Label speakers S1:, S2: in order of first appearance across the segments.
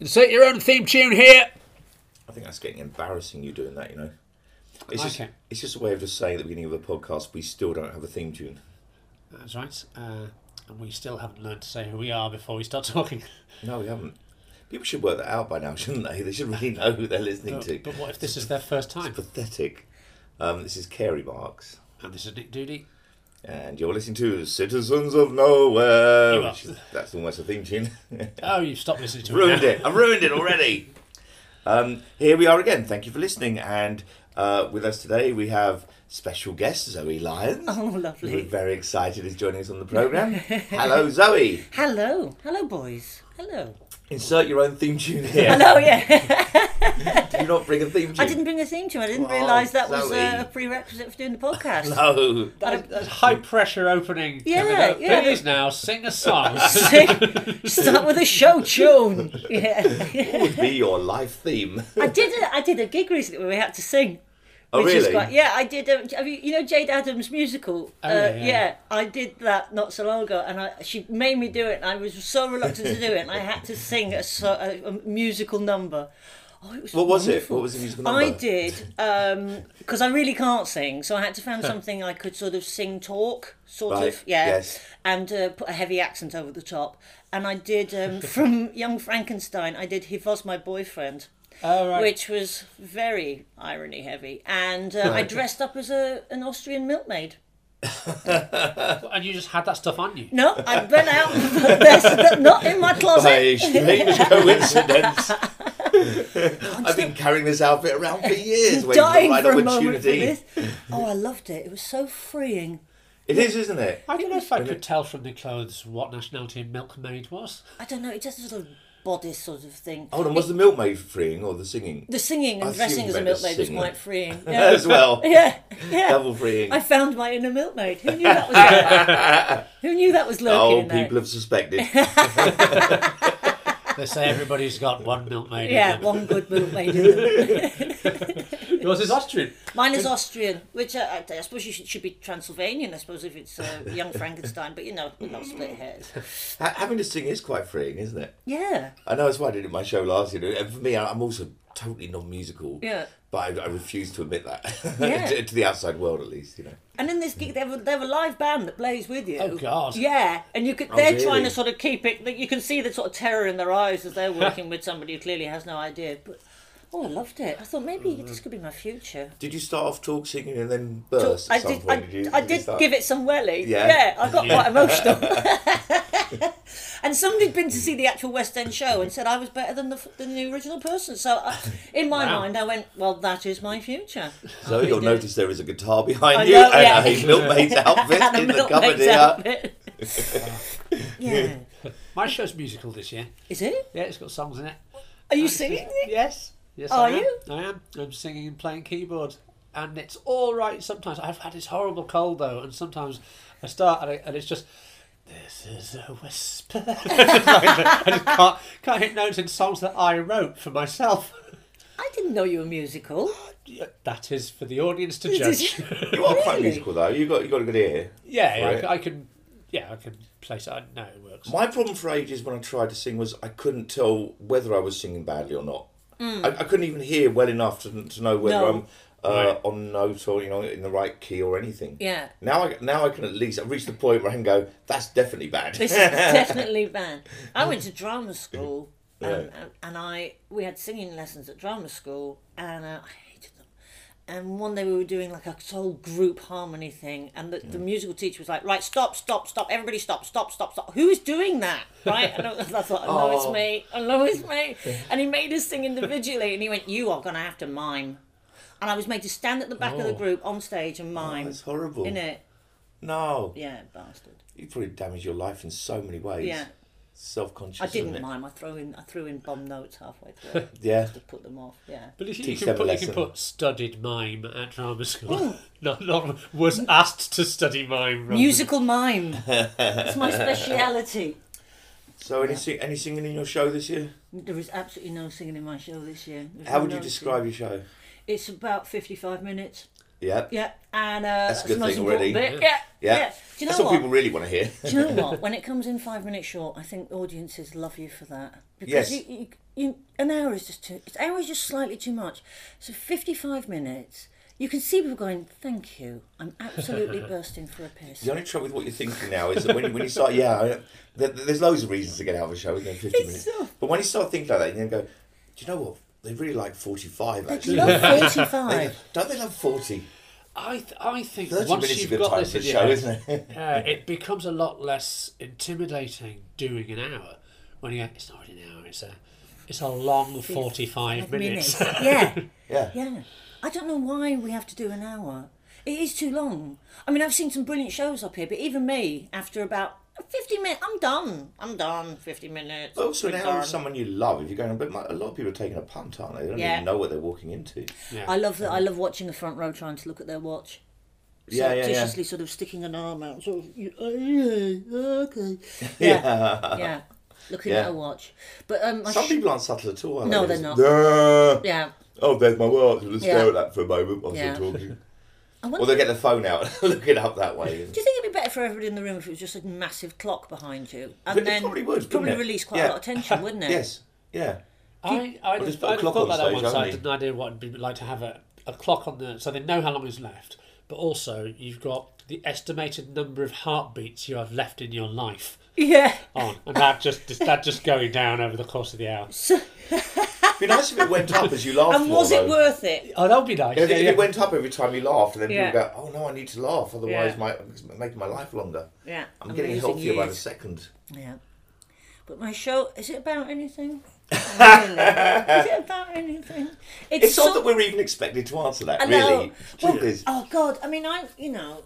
S1: Insert your own theme tune here.
S2: I think that's getting embarrassing. You doing that, you know. It's
S3: I
S2: just,
S3: like it.
S2: it's just a way of just saying at the beginning of the podcast we still don't have a theme tune.
S3: That's right. Uh, and we still haven't learned to say who we are before we start talking.
S2: No, we haven't. People should work that out by now, shouldn't they? They should really know who they're listening
S3: But,
S2: to.
S3: but what if this is their first time?
S2: Pathetic. Um, this is Carey Marks,
S3: And this is Nick Doody.
S2: and you're listening to Citizens of Nowhere.
S3: You are.
S2: which is- that's almost a theme tune.
S3: Oh, you've stopped listening to
S2: ruined
S3: now.
S2: it. I've ruined it already. Um, here we are again. Thank you for listening. And uh, with us today, we have special guest Zoe Lyons.
S4: Oh,
S2: We're
S4: lovely.
S2: very excited is joining us on the program. Hello, Zoe.
S4: Hello. Hello, boys. Hello.
S2: Insert your own theme tune here.
S4: Hello, yeah.
S2: Do not bring a theme tune.
S4: I didn't bring a theme tune. I didn't
S2: Wow,
S4: realise that was
S2: Zoe.
S4: uh, a prerequisite for doing the podcast.
S2: No.
S3: That, that's high pressure opening.
S4: Yeah,
S3: coming up.
S4: yeah.
S3: Please now sing a song.
S4: Sing- Start with a show tune. Yeah.
S2: What would be your life theme?
S4: I did. A, I did a gig recently where we had to sing.
S2: Oh,
S4: Which is
S2: really?
S4: quite- yeah, I did. Um, have you, you know Jade Adams' musical?
S3: Oh,
S4: uh,
S3: yeah, yeah.
S4: I did that not so long ago, and I, she made me do it, and I was so reluctant to do it, and I had to sing a, so, a, a musical number. Oh, it was
S2: What was it?
S4: wonderful.
S2: What was the musical
S4: I
S2: number?
S4: did because I really can't sing, so I had to find something I could sort of sing, talk, sort
S2: Right,
S4: of, yeah,
S2: yes.
S4: and uh, put a heavy accent over the top. And I did um, from Young Frankenstein. I did He Was My Boyfriend
S3: oh, right.
S4: which was very irony heavy. And uh, I dressed up as a, an Austrian milkmaid.
S3: And you just had that stuff on you.
S4: No, I went out. There's not in my
S2: By
S4: closet.
S2: strange coincidence. I've been carrying this outfit around for years, waiting for the
S4: Dying
S2: right
S4: for a moment for
S2: opportunity.
S4: this. Oh, I loved it. It was so freeing.
S2: It is, isn't it?
S3: I don't know if I could tell from the clothes what nationality a milkmaid was.
S4: I don't know. It just a sort of bodice sort of thing.
S2: Hold on, was the milkmaid freeing or the singing?
S4: The singing and
S2: Oh, I see
S4: dressing
S2: you
S4: as a
S2: meant the
S4: milkmaid was
S2: singing.
S4: quite freeing. Yeah,
S2: As well.
S4: yeah, yeah.
S2: Double freeing.
S4: I found my inner milkmaid. Who knew that was? there? Who knew that was lurking
S2: Oh,
S4: in there?
S2: people have suspected.
S3: They say everybody's got one milkmaid. in
S4: Yeah,
S3: them.
S4: one good milkmaid in them.
S3: Yours is Austrian.
S4: Mine is Austrian, which uh, I, I suppose you should, should be Transylvanian, I suppose, if it's uh, Young Frankenstein, but you know, we're not split hairs.
S2: Ha- Having to sing is quite freeing, isn't it?
S4: Yeah.
S2: I know that's why I did it in my show last year. And for me, I- I'm also totally non-musical.
S4: Yeah.
S2: But I, I refuse to admit that
S4: Yeah.
S2: to, to the outside world, at least. You know.
S4: And in this gig, they have, a, they have a live band that plays with you.
S3: Oh, God. Oh,
S4: Yeah, and you could, they're
S2: really?
S4: trying to sort of keep it. You can see the sort of terror in their eyes as they're working with somebody who clearly has no idea. But oh, I loved it. I thought maybe
S3: Mm.
S4: this could be my future.
S2: Did you start off talk singing and then burst
S4: I
S2: at some
S4: did.
S2: point?
S4: I,
S2: you-
S4: I
S2: you
S4: did
S2: start-
S4: give it some welly.
S2: Yeah.
S4: Yeah, I got quite emotional. and somebody'd been to see the actual West End show and said I was better than the f- than the original person. So I, in my
S3: Wow.
S4: mind, I went, "Well, that is my future."
S2: So you'll
S4: did it.
S2: notice there is a guitar behind
S4: I
S2: you
S4: know,
S2: and
S4: yeah.
S2: a milkmaid's outfit
S4: And
S2: in
S4: I'm
S2: the
S4: not
S2: cupboard
S4: made
S2: here.
S4: out of it. yeah.
S3: My show's musical this year.
S4: Is it?
S3: Yeah, it's got songs in it.
S4: Are you singing?
S3: Yes. Yes,
S4: Are
S3: I am.
S4: you?
S3: I am. I'm singing and playing keyboard. And it's all right sometimes. I've had this horrible cold, though, and sometimes I start and, I, and it's just, this is a whisper. I just can't, can't hit notes in songs that I wrote for myself.
S4: I didn't know you were musical.
S3: Yeah, That is for the audience to
S4: This is-
S3: judge.
S2: You are quite
S4: Really?
S2: musical though. You got you got a good ear.
S3: yeah, yeah, I
S2: Right.
S3: c- I, can. Yeah, I can place it. I know it works.
S2: My problem for ages when I tried to sing was I couldn't tell whether I was singing badly or not. I, I couldn't even hear well enough to, to know whether
S4: Mm. No.
S2: I'm uh, on note or you know in the right key or anything.
S4: Yeah.
S2: Now I now I can at least I've reached the point where I can go. That's definitely bad.
S4: This is definitely banned. I went to drama school, um,
S2: Yeah.
S4: and, and I we had singing lessons at drama school, and uh, I hated them. And one day we were doing like a whole group harmony thing, and the, the musical teacher was like, "Right, stop, stop, stop! Everybody, stop, stop, stop, stop! Who's doing that?" Right? And I, I thought, "I know
S2: Oh.
S4: it's me. I know it's me." And he made us sing individually, and he went, "You are gonna have to mime." And I was made to stand at the back of the
S3: Oh.
S4: group on stage and mime.
S2: That's horrible.
S4: in it,
S2: No,
S4: yeah, bastard.
S2: you probably damaged your life in so many ways.
S4: Yeah.
S2: Self conscious.
S4: I didn't mime. I threw in I threw in bomb notes halfway through
S2: Yeah.
S4: to put them off. Yeah.
S3: But if you, you,
S2: Teach
S3: can
S2: them a
S3: put, you can
S2: lesson.
S3: put studied mime at drama school. not, not was asked to study mime. rather
S4: Musical mime. It's my speciality.
S2: So any sing- any singing in your show this year?
S4: There is absolutely no singing in my show this year. There's
S2: How
S4: no
S2: would you
S4: notes.
S2: describe your show?
S4: It's about fifty-five minutes.
S2: Yeah.
S4: Yeah, and uh,
S2: a good
S4: the most
S2: thing already.
S4: important bit. Yeah.
S2: Yeah.
S4: yeah, Do you know
S2: That's what,
S4: what?
S2: people really want to hear.
S4: Do you know what? When it comes in five minutes short, I think audiences love you for that
S2: Yes.
S4: because you, you, you an hour is just too. An hour is just slightly too much. So fifty-five minutes, you can see people going, "Thank you, I'm absolutely bursting for a piss."
S2: The only trouble with what you're thinking now is that when, you- when you start, yeah, I, there, there's loads of reasons to get out of a show within 50 minutes.
S4: so-
S2: But when you start thinking like that, you then go, do you know what? They really like 45,
S4: But
S2: actually.
S4: you love
S2: They-
S4: forty-five.
S2: don't they love 40?
S3: I, th- I think
S2: 30
S3: once
S2: minutes is a
S3: you've
S2: good
S3: got
S2: time
S3: this
S2: for
S3: in
S2: a
S3: your
S2: show,
S3: head,
S2: isn't it?
S3: yeah, it becomes a lot less intimidating doing an hour when you go, it's not really an hour, it's a, it's a long 45 minutes.
S4: yeah,
S2: Yeah.
S4: yeah. I don't know why we have to do an hour. It is too long. I mean, I've seen some brilliant shows up here, but even me, after about fifty minutes, I'm done. I'm done. Fifty minutes.
S2: But also,
S4: I'm
S2: now
S4: done.
S2: with someone you love, if you're going, but my- a lot of people are taking a punt, aren't they? They don't
S4: Yeah.
S2: even know what they're walking into.
S4: I love that. I love watching the front row trying to look at their watch.
S2: Yeah, yeah, yeah.
S4: surreptitiously sort of sticking an arm out, sort of, you- oh, yeah, okay. Yeah, yeah, looking
S2: Yeah.
S4: at a watch. But um, I
S2: Some
S4: sh-
S2: people aren't subtle at all. Are
S4: No,
S2: they?
S4: they're not.
S2: "Nah."
S4: yeah,
S2: Oh, there's my watch. Let's
S4: Yeah.
S2: stare at that for a moment whilst
S4: Yeah.
S2: we're talking.
S4: I
S2: Or
S4: wonder.
S2: they'll get the phone out and look it up that way.
S4: do you think it'd be better for everybody in the room if it was just a massive clock behind you, and
S2: It
S4: then
S2: probably would,
S4: probably
S2: wouldn't it?
S4: release quite
S2: Yeah.
S4: a lot of tension, wouldn't it?
S2: Yes. Yeah.
S3: I, I
S2: just
S3: just
S2: put a
S3: I
S2: clock
S3: thought
S2: on
S3: that
S2: stage,
S3: on one
S2: haven't
S3: side.
S2: you?
S3: I had an idea what it'd be like to have a, a clock on the so they know how long is left, but also you've got the estimated number of heartbeats you have left in your life
S4: Yeah.
S2: Oh,
S3: on, and that just that just going down over the course of the hour.
S2: It'd be nice if it went up as you laughed.
S4: And
S2: more,
S4: was it
S2: though.
S4: worth it?
S3: Oh, that would be nice.
S2: If,
S3: Yeah,
S2: if
S3: yeah.
S2: it went up every time you laughed, and then
S4: Yeah.
S2: people go, "Oh no, I need to laugh, otherwise
S4: Yeah.
S2: my it's making my life longer."
S4: Yeah.
S2: I'm, getting
S4: losing
S2: healthier by the
S4: years.
S2: second.
S4: Yeah. But my show is it about anything? Really? is it about anything? It's,
S2: It's odd
S4: so-
S2: that we're even expected to answer that.
S4: I know.
S2: Really,
S4: Well,
S2: Jeez.
S4: oh God! I mean, I you know,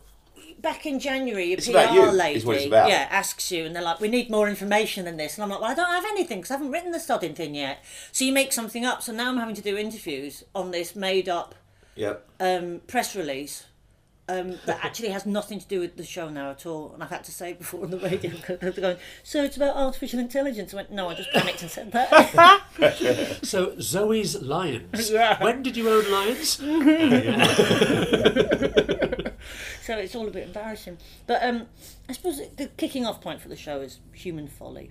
S4: back in January, your
S2: It's
S4: PR
S2: about you,
S4: lady,
S2: is what it's about.
S4: yeah, asks you, and they're like, "We need more information than this," and I'm like, "Well, I don't have anything because I haven't written the sodding thing yet." So you make something up. So now I'm having to do interviews on this made-up
S2: Yep.
S4: um, press release. Um, that actually has nothing to do with the show now at all, and I've had to say before on the radio, they're going, "So it's about artificial intelligence." I went, "No, I just panicked and said that."
S3: So Zoe's lions.
S4: Yeah.
S3: When did you own lions?
S4: so it's all a bit embarrassing. But um, I suppose the kicking off point for the show is human folly.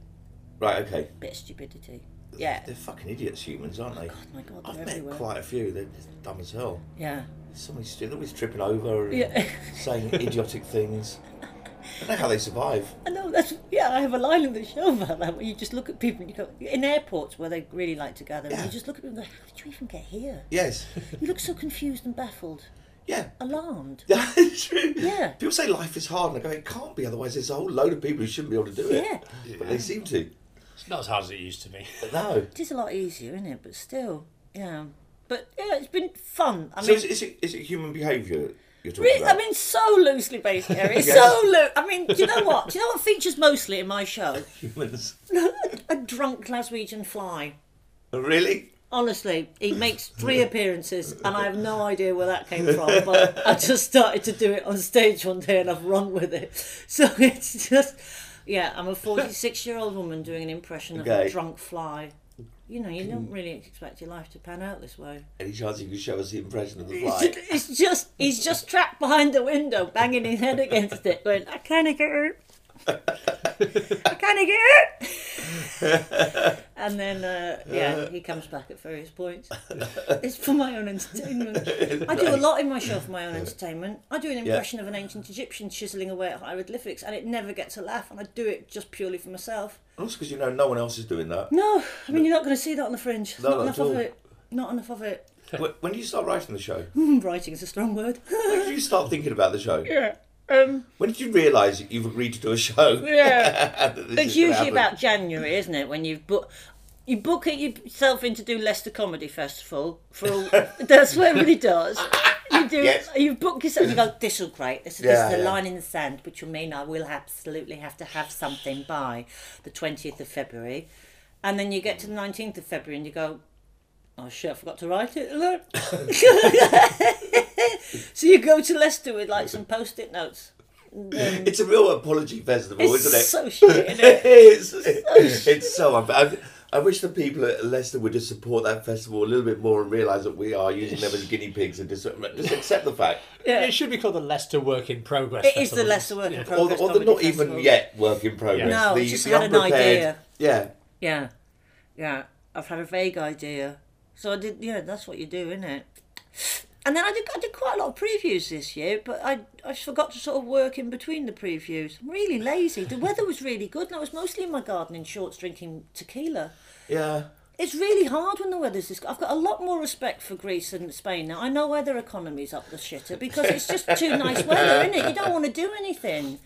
S2: Right. Okay.
S4: bit of stupidity. Yeah.
S2: They're fucking idiots, humans, aren't they?
S4: Oh my god,
S2: I've
S4: they're
S2: met
S4: everywhere.
S2: quite a few. They're dumb as hell.
S4: Yeah.
S2: Somebody's still always tripping over and
S4: Yeah.
S2: saying idiotic things. I don't know how they survive.
S4: I know, that's, yeah, I have a line in the show about that where you just look at people and you go, in airports where they really like to gather, and
S2: Yeah.
S4: you just look at people and go, how did you even get here?
S2: Yes.
S4: You look so confused and baffled,
S2: Yeah.
S4: alarmed.
S2: Yeah, it's true.
S4: Yeah.
S2: People say life is hard, and I go, it can't be. Otherwise, there's a whole load of people who shouldn't be able to do it. But they seem to.
S3: It's not as hard as it used to be.
S2: But no.
S4: It is a lot easier, isn't it? But still, yeah. But yeah, it's been fun. I
S2: So
S4: mean,
S2: is, is it is it human behaviour you're talking
S4: Really,
S2: about?
S4: I mean, so loosely based, Gary.
S2: Yes.
S4: So loo I mean, do you know what? Do you know what features mostly in my show?
S2: humans.
S4: A drunk Glaswegian fly.
S2: Oh, really?
S4: Honestly, he makes three appearances, and I have no idea where that came from. But I just started to do it on stage one day, and I've run with it. So it's just, yeah, I'm a 46 year old woman doing an impression of
S2: Okay.
S4: a drunk fly. You know, you don't really expect your life to pan out this way.
S2: Any chance you could show us the impression of the
S4: It's
S2: fly?
S4: just, it's just he's just trapped behind the window, banging his head against it, going, "I can't get hurt. I can't get hurt." and then, uh, yeah, he comes back at various points. It's for my own entertainment. I do a lot in my show for my own entertainment. I do an impression of an ancient Egyptian chiseling away at hieroglyphics, and it never gets a laugh. And I do it just purely for myself.
S2: Also, because you know no one else is doing that.
S4: No, I mean you're not going to see that on the fringe.
S2: No,
S4: not
S2: not
S4: enough
S2: at
S4: of
S2: all.
S4: it. Not enough of it.
S2: Wh- when do you start writing the show?
S4: Writing is a strong word.
S2: When did you start thinking about the show?
S4: yeah. Um,
S2: When did you realise that you've agreed to do a show?
S4: Yeah,
S2: and that this
S4: it's
S2: is gonna
S4: usually
S2: happen?
S4: about January, isn't it? When you've book, you book it yourself in to do Leicester Comedy Festival for all. that's what everybody does. You do.
S2: Yes.
S4: You book yourself. You go. This will great. This,
S2: Yeah,
S4: this is the
S2: yeah.
S4: line in the sand, which will mean I will absolutely have to have something by the twentieth of February, and then you get to the nineteenth of February and you go. Oh shit! I forgot to write it. Look. so you go to Leicester with like some post-it notes.
S2: It's a real apology festival,
S4: It's
S2: isn't it?
S4: so shit. isn't it?
S2: it's, it's so unfair. I've- I wish the people at Leicester would just support that festival a little bit more and realise that we are using them as guinea pigs and just, just accept the fact.
S3: It should be called the Leicester Work in Progress.
S4: It is
S3: Festival.
S4: the Lesser Work in
S2: Or,
S4: Progress.
S2: or the
S4: Comedy
S2: not
S4: Festival.
S2: even yet work in progress.
S4: No,
S2: the,
S4: just
S2: the
S4: had an
S2: unprepared-
S4: idea.
S2: Yeah.
S4: Yeah, yeah. I've had a vague idea. So I did. Yeah, that's what you do, isn't it? And then I did. I did quite a lot of previews this year, but I I just forgot to sort of work in between the previews. I'm really lazy. The weather was really good, and I was mostly in my garden in shorts drinking tequila.
S2: Yeah.
S4: It's really hard when the weather's this. I've got a lot more respect for Greece and Spain now. I know why their economy's up the shitter because it's just too nice weather, isn't it? You don't want to do anything.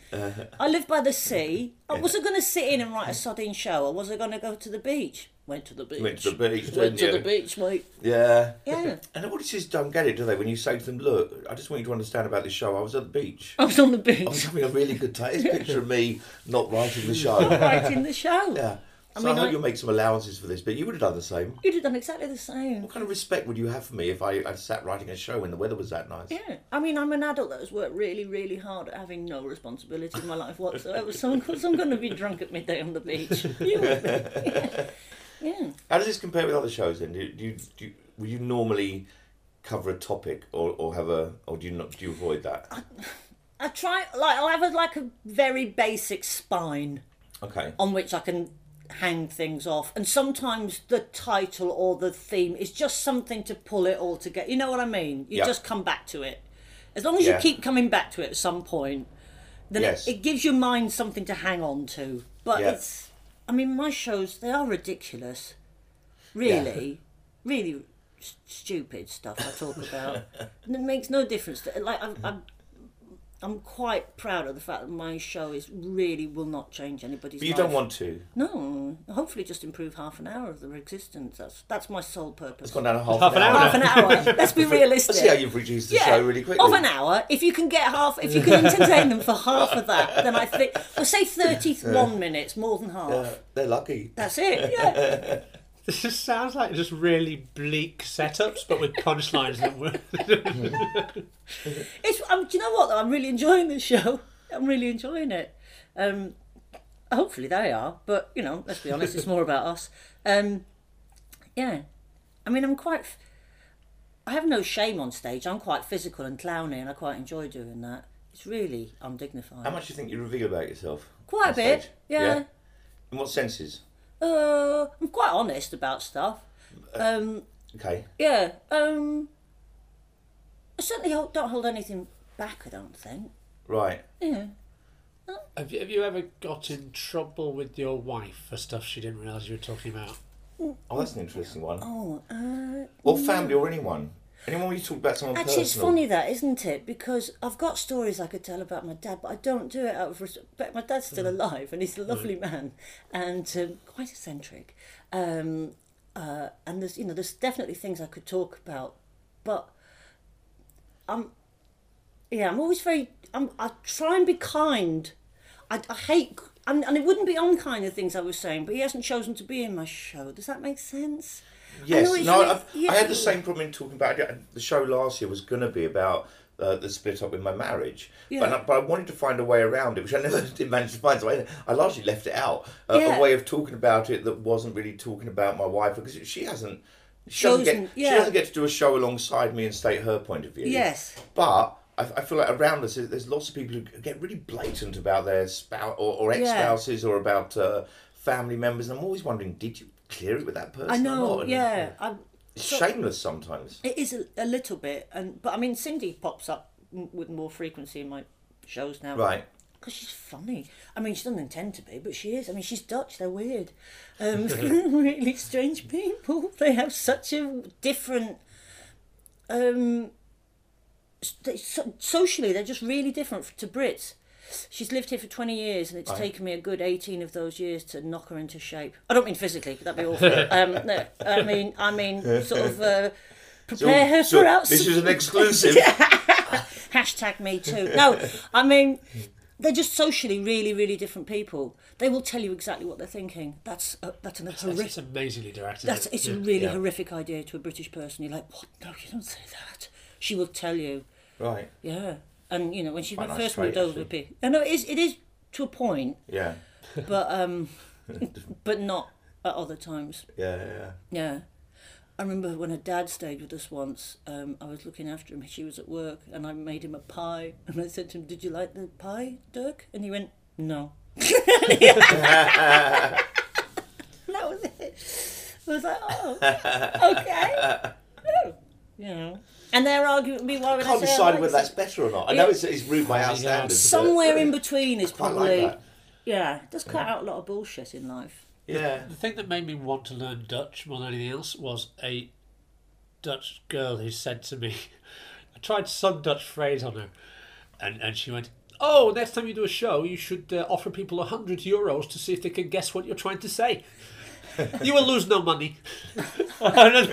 S4: I live by the sea. I wasn't going to sit in and write a sodding show. I wasn't going to go to the beach. Went to the beach.
S2: Went to the beach, didn't
S4: Went to
S2: you?
S4: the beach, mate.
S2: Yeah.
S4: Yeah.
S2: And audiences don't get it, do they? When you say to them, look, I just want you to understand about this show. I was at the beach.
S4: I was on the
S2: I was
S4: beach
S2: having a really good time. It's a picture of me not writing the show.
S4: writing the show.
S2: Yeah. So I,
S4: mean,
S2: hope
S4: I-
S2: you'll make some allowances for this, but you would have done the same.
S4: You'd have done exactly the same.
S2: What kind of respect would you have for me if I, I sat writing a show when the weather was that nice?
S4: Yeah. I mean, I'm an adult that has worked really, really hard at having no responsibility in my life whatsoever. so I'm, so I'm going to be drunk at midday on the beach. You would be. Yeah.
S2: How does this compare with other shows then? Do, do, you- do, you Will you normally cover a topic or, or have a or do you not do you avoid that?
S4: I try, like, I'll have a, like a very basic spine
S2: Okay.
S4: on which I can hang things off. And sometimes the title or the theme is just something to pull it all together. You know what I mean? You
S2: Yeah.
S4: just come back to it. As long as
S2: Yeah.
S4: you keep coming back to it at some point, then
S2: Yes.
S4: it, it gives your mind something to hang on to. But
S2: Yeah.
S4: it's, I mean, my shows, they are ridiculous. Really. Really s- stupid stuff I talk about. and it makes no difference. to- Like, I've, I've I'm quite proud of the fact that my show is really will not change anybody's
S2: But you
S4: life.
S2: don't want to.
S4: No, hopefully just improve half an hour of their existence. That's that's my sole purpose.
S2: It's gone down a half,
S3: Half an hour.
S4: Half an hour. Let's be realistic.
S2: Let's see how you've reduced the
S4: yeah,
S2: show really quickly.
S4: of an hour. If you can get half, if you can entertain them for half of that, then I think we'll say thirty-one minutes, more than half.
S2: Uh, they're lucky.
S4: That's it. Yeah,
S3: This just sounds like just really bleak setups, but with punchlines that work.
S4: it's. Um, do you know what? Though? I'm really enjoying this show. I'm really enjoying it. Um, hopefully they are, but you know, let's be honest, it's more about us. Um, yeah, I mean, I'm quite. f- I have no shame on stage. I'm quite physical and clowny, and I quite enjoy doing that. It's really undignified.
S2: How much do you think you reveal about yourself?
S4: quite
S2: Um, on
S4: a bit.
S2: stage?
S4: Yeah.
S2: In what senses?
S4: Uh, I'm quite honest about stuff.
S2: Uh,
S4: Um,
S2: Okay.
S4: Yeah. Um, I certainly ho- don't hold anything back. I don't think.
S2: Right.
S4: Yeah.
S3: have, you, have you ever got in trouble with your wife for stuff she didn't realise you were talking about?
S2: Oh, that's an interesting one.
S4: Oh. Uh,
S2: Or family or anyone. Anyone when you talk about someone
S4: Actually, it's
S2: personal.
S4: funny that, isn't it? Because I've got stories I could tell about my dad, but I don't do it out of respect. My dad's
S2: Mm.
S4: still alive, and he's a lovely man, and um, quite eccentric. Um, uh, and there's, you know, there's definitely things I could talk about, but I'm, yeah, I'm always very. I'm, I try and be kind. I, I hate, and, and it wouldn't be unkind the things I was saying, but he hasn't chosen to be in my show. Does that make sense?
S2: Yes,
S4: know it's
S2: no,
S4: really-
S2: I've, I
S4: yeah.
S2: had the same problem in talking about it. The show last year was going to be about uh, the split up with my marriage, but,
S4: Yeah.
S2: I, but I wanted to find a way around it, which I never did manage to find. So I, I largely left it out uh,
S4: Yeah.
S2: a way of talking about it that wasn't really talking about my wife because she hasn't. She doesn't,
S4: Chosen,
S2: get, she
S4: yeah.
S2: doesn't get to do a show alongside me and state her point of view.
S4: Yes.
S2: But I, I feel like around us, there's lots of people who get really blatant about their spouse or, or ex spouses or about uh, family members. And I'm always wondering, did you clear it with that person?
S4: I
S2: or
S4: know.
S2: not? And-
S4: Yeah, I'm.
S2: it's
S4: so-
S2: shameless sometimes.
S4: It is a, a little bit, and but I mean, Cindy pops up m- with more frequency in my shows now,
S2: Right.
S4: Because she's funny. I mean, she doesn't intend to be, but she is. I mean, she's Dutch. They're weird, um, really strange people. They have such a different. Um, s- they, so, socially, they're just really different f- to Brits. She's lived here for 20 years, and it's taken me a good 18 of those years to knock her into shape. I don't mean physically, that'd be awful. um, no, I mean, I mean, sort of uh, prepare her for outside.
S2: this is an exclusive.
S4: Hashtag me too. No, I mean, they're just socially really, really different people. They will tell you exactly what they're thinking. That's a, that's an
S3: It's
S4: horrific.
S3: just amazingly directed.
S4: That's
S3: isn't it?
S4: it's a really horrific idea to a British person. You're like, what? No, you don't say that. She will tell you.
S2: Right.
S4: Yeah, and you know when she
S2: Quite a nice
S4: first
S2: trait,
S4: moved over,
S2: actually.
S4: pe- I know it is it is to a point,
S2: Yeah.
S4: but um, but not. I at other times.
S2: Yeah, yeah, yeah.
S4: Yeah. I remember when her dad stayed with us once, um, I was looking after him. She was at work and I made him a pie. And I said to him, Did you like the pie, Dirk? And he went, No. And that was it. I was like, Oh, okay. Oh, you know. And they're arguing with me why
S2: I
S4: would
S2: can't
S4: say I
S2: decide
S4: like
S2: whether
S4: it?
S2: that's better or not. I
S4: Yeah.
S2: know it's, it's rude by our
S3: Yeah.
S2: standards. but-
S4: Somewhere in between is
S2: quite like
S4: probably.
S2: that.
S4: Yeah, it does cut out a lot of bullshit in life.
S2: Yeah.
S3: The thing that made me want to learn Dutch more than anything else was a Dutch girl who said to me, I tried some Dutch phrase on her, and, and she went, Oh, next time you do a show, you should uh, offer people 100 euros to see if they can guess what you're trying to say. you will lose no money. and I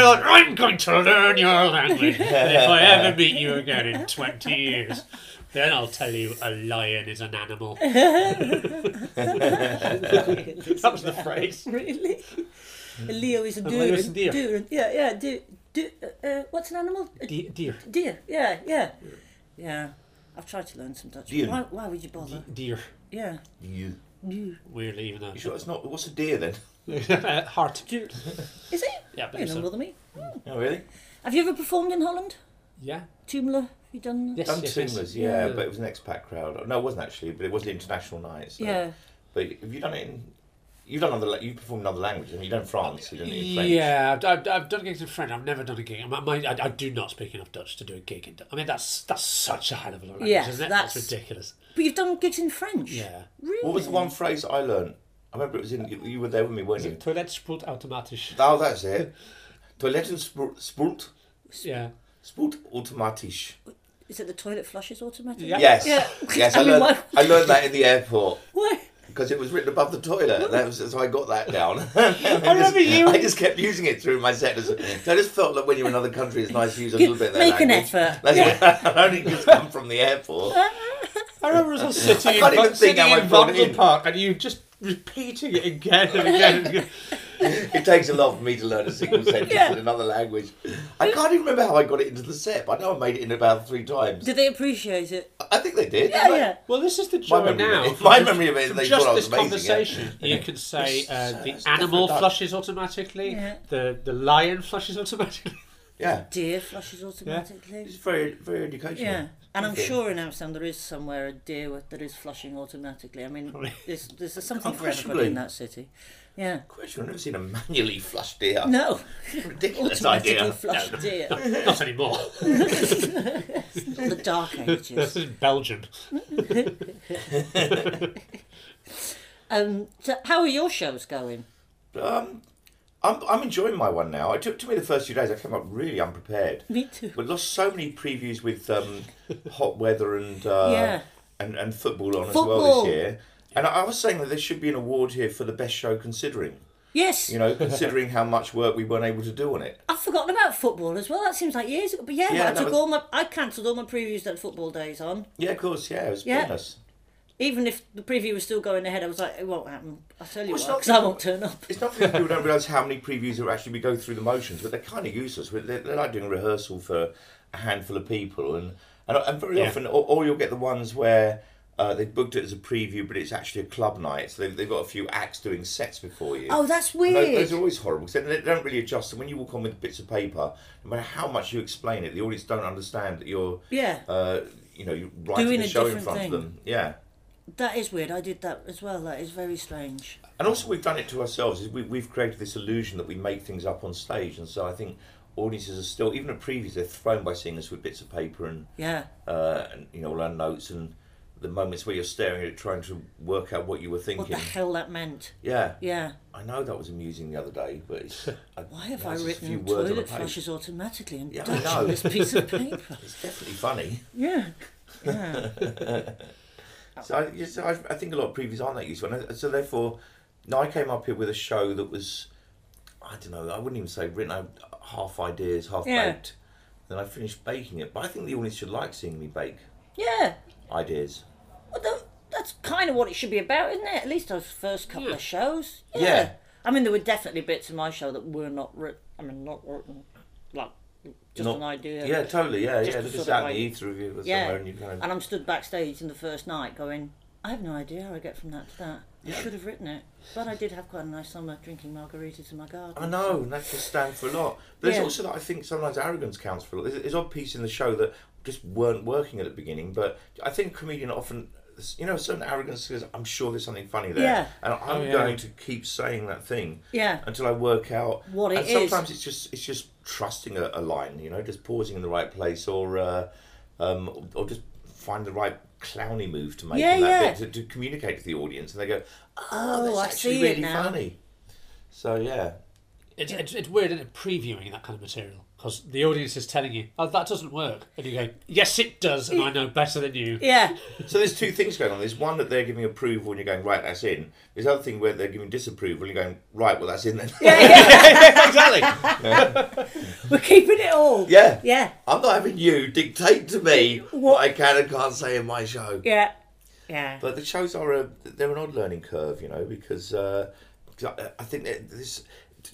S3: thought, I'm going to learn your language. And if I ever meet you again in 20 years, then I'll tell you a lion is an animal. That was the phrase.
S4: Really? Leo is a deer.
S3: Mm. Leo is a deer.
S4: deer. Yeah, yeah, deer. deer uh, uh, what's an animal? A
S3: Dear, dear,
S4: deer. Yeah, yeah. Yeah. I've tried to learn some Dutch.
S2: Deer.
S4: Why, why would you bother?
S3: dear.
S4: Yeah.
S2: You.
S4: You.
S3: Weirdly, even though
S2: You sure it's not? What's a deer then?
S3: heart.
S4: Is it?
S3: Yeah, I
S4: You
S3: believe
S4: don't
S3: so.
S4: bother me.
S2: Oh, really?
S4: Have you ever performed in Holland?
S3: Yeah.
S4: Tumler? You done?
S3: Yes,
S2: Done
S3: yes, yes.
S2: Tumblers, yeah, but it was an expat crowd. No, it wasn't actually, but it was an international night. So.
S4: Yeah.
S2: But have you done it in. You've done other. la- You've performed in other languages. I mean, you've done France, you've done it in French.
S3: Yeah, I've, I've, I've done gigs in French. I've never done a gig. I, I, I, I do not speak enough Dutch to do a gig in Dutch. I mean, that's that's such a hell of a language,
S4: Yes,
S3: isn't it?
S4: that's-
S3: ridiculous.
S4: But you've done gigs in French?
S3: Yeah.
S4: Really?
S2: What was the one phrase I learned? I remember it was in. You were there with me, weren't you?
S3: Toilet spoelt automatisch.
S2: Oh, that's it. Toiletten spru- spoelt.
S3: Yeah.
S2: Spoelt automatisch.
S4: Is it the toilet flushes automatic?
S3: Yeah.
S2: Yes.
S4: Yeah.
S2: Yes, I,
S4: I mean,
S2: learned,
S4: why-
S2: I learned that in the airport.
S4: Why?
S2: Because it was written above the toilet, that was, so I got that down. I,
S3: remember
S2: just,
S3: you-
S2: I just kept using it through my set. So I just felt like when you're in another country, it's nice to use a
S4: Give-
S2: little bit of that
S4: make an
S2: language.
S4: effort.
S2: That's it. I only just come from the airport.
S3: I remember us all sitting
S2: I
S3: in,
S2: can't even
S3: Van-
S2: think
S3: sitting
S2: how I
S3: in
S2: brought it
S3: Vondel
S2: in.
S3: Park and you just repeating it again and again and again.
S2: It takes a lot for me to learn a single sentence
S4: Yeah.
S2: in another language. I can't even remember how I got it into the set, but I know I made it in about three times.
S4: Did they appreciate it?
S3: Uh,
S2: I think they did.
S4: Yeah,
S2: Like,
S4: yeah.
S3: Well, this is the
S2: My
S3: joy
S2: memory,
S3: now.
S2: of it, my memory of it,
S3: From
S2: they
S3: just
S2: thought I
S3: this
S2: was amazing. yeah.
S3: conversation, you can say uh,
S2: so
S3: the
S2: it's
S3: animal
S2: different, don't-
S3: flushes automatically,
S4: Yeah.
S3: the the lion flushes automatically.
S2: Yeah.
S4: Deer flushes automatically?
S2: It's very, very educational.
S4: Yeah, and I'm
S2: Okay.
S4: sure in Amsterdam there is somewhere a deer with- that is flushing automatically. I mean, there's, there's something for
S2: Unquestionably.
S4: everybody in that city. Yeah.
S2: Question: I've never seen a manually flushed deer.
S4: No,
S2: Ridiculous
S4: automatically
S2: idea.
S4: flushed deer.
S3: Not anymore.
S4: the dark
S3: this
S4: ages.
S3: is Belgium.
S4: Um, so how are your shows going?
S2: Um, I'm, I'm enjoying my one now. It took, took me the first few days. I came up really unprepared.
S4: Me too.
S2: But lost so many previews with um, hot weather and uh,
S4: Yeah.
S2: and and football on as well
S4: Football.
S2: this year. And I I was saying that there should be an award here for the best show, considering
S4: Yes,
S2: you know, considering how much work we weren't able to do on it.
S4: I've forgotten about football as well. That seems like years ago. But yeah,
S2: Yeah,
S4: I
S2: that
S4: took
S2: was-
S4: all my, I cancelled all my previews that football days on.
S2: Yeah, of course. Yeah, it was
S4: Yeah.
S2: bonus.
S4: Even if the preview was still going ahead, I was like, it won't happen. I'll tell you
S2: Well, it's
S4: what,
S2: not-
S4: because I won't turn up.
S2: It's not that people don't realise how many previews are actually we go through the motions, but they're kind of useless. We're- They're, they're like doing a rehearsal for a handful of people, and and, and very
S3: Yeah.
S2: often, or, or you'll get the ones where. Uh, they've booked it as a preview, but it's actually a club night, so they've, they've got a few acts doing sets before you.
S4: Oh, that's
S2: And
S4: weird.
S2: Those, those are always horrible because they don't really adjust. And when you walk on with bits of paper, no matter how much you explain it, the audience don't understand that you're,
S4: Yeah.
S2: uh, you know, you're writing
S4: Doing
S2: a
S4: a
S2: show in
S4: different
S2: front
S4: thing.
S2: of them. Yeah.
S4: That is weird. I did that as well. That is very strange.
S2: And also, we've done it to ourselves. Is we, we've created this illusion that we make things up on stage, and so I think audiences are still, even at previews, they're thrown by seeing us with bits of paper and,
S4: Yeah.
S2: uh, and you know, all our notes and the moments where you're staring at it, trying to work out what you were
S4: What
S2: thinking.
S4: the hell that meant?
S2: Yeah.
S4: Yeah.
S2: I know that was amusing the other day, but it's, I,
S4: Why have
S2: now
S4: I
S2: it's just a few
S4: written
S2: words on a
S4: toilet
S2: page.
S4: flushes automatically in
S2: Yeah, I
S4: Dutch
S2: know.
S4: on this piece of paper?
S2: It's definitely funny.
S4: yeah. Yeah.
S2: So I, yes, I, I think a lot of previews aren't that useful. And I- so therefore, now I came up here with a show that was, I don't know, I wouldn't even say written, I, half ideas, half
S4: Yeah.
S2: baked. Then I finished baking it. But I think the audience should like seeing me bake
S4: Yeah.
S2: ideas.
S4: Well, tha- that's kind of what it should be about, isn't it? At least those first couple
S3: Yeah.
S4: of shows. Yeah.
S2: Yeah.
S4: I mean, there were definitely bits in my show that were not written. I mean, not written. Like, just
S2: Not-
S4: an idea.
S2: Yeah, totally. Yeah, yeah.
S4: the
S2: Just
S4: sort of
S2: out in
S4: like-
S2: the ether of you or
S4: Yeah.
S2: somewhere, and you kind of.
S4: And I'm stood backstage in the first night going, I have no idea how I get from that to that. I should have written it. But I did have quite a nice summer drinking margaritas in my garden.
S2: I know, and that can stand for a lot. But there's
S4: Yeah.
S2: also that I think sometimes arrogance counts for a lot. There's, there's odd pieces in the show that just weren't working at the beginning, but I think a comedian often, you know, a certain arrogance says, I'm sure there's something funny there.
S4: Yeah.
S2: And I'm
S3: yeah.
S2: going to keep saying that thing
S4: Yeah.
S2: until I work out
S4: What it
S2: and
S4: is.
S2: sometimes it's just it's just trusting a, a line, you know, just pausing in the right place or uh, um, or just find the right clowny move to make
S4: Yeah,
S2: in that
S4: yeah.
S2: bit to, to communicate to the audience and they go,
S4: Oh,
S2: that's
S4: I
S2: actually
S4: see
S2: really
S4: it now.
S2: funny. So yeah.
S3: It's, it's, it's weird, isn't it, previewing that kind of material? Because the audience is telling you, oh, that doesn't work. And you go, yes, it does, and I know better than you.
S4: Yeah.
S2: So there's two things going on. There's one that they're giving approval and you're going, right, that's in. There's other thing where they're giving disapproval and you're going, right, well, that's in then. Yeah.
S3: exactly.
S4: We're keeping it all.
S2: Yeah.
S4: Yeah.
S2: I'm not having you dictate to me what, I can and can't say in my show.
S4: Yeah. Yeah.
S2: But the shows are a, they're an odd learning curve, you know, because uh, 'cause I- I think that this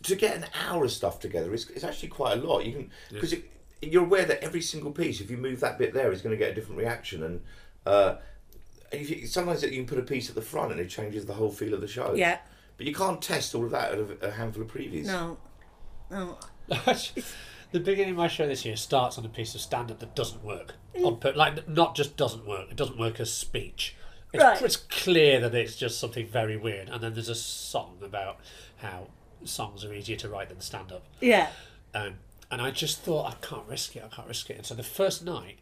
S2: to get an hour of stuff together is it's actually quite a lot. You can because you're aware that every single piece, if you move that bit there, is going to get a different reaction, and uh, if you, sometimes you can put a piece at the front and it changes the whole feel of the show.
S4: Yeah.
S2: But you can't test all of that out of a handful of previews.
S4: no. No.
S3: the beginning of my show this year starts on a piece of stand up that doesn't work. On put, like, not just doesn't work, it doesn't work as speech. It's,
S4: Right.
S3: it's clear that it's just something very weird. And then there's a song about how songs are easier to write than stand up.
S4: Yeah.
S3: Um, and I just thought I can't risk it. I can't risk it. And so the first night,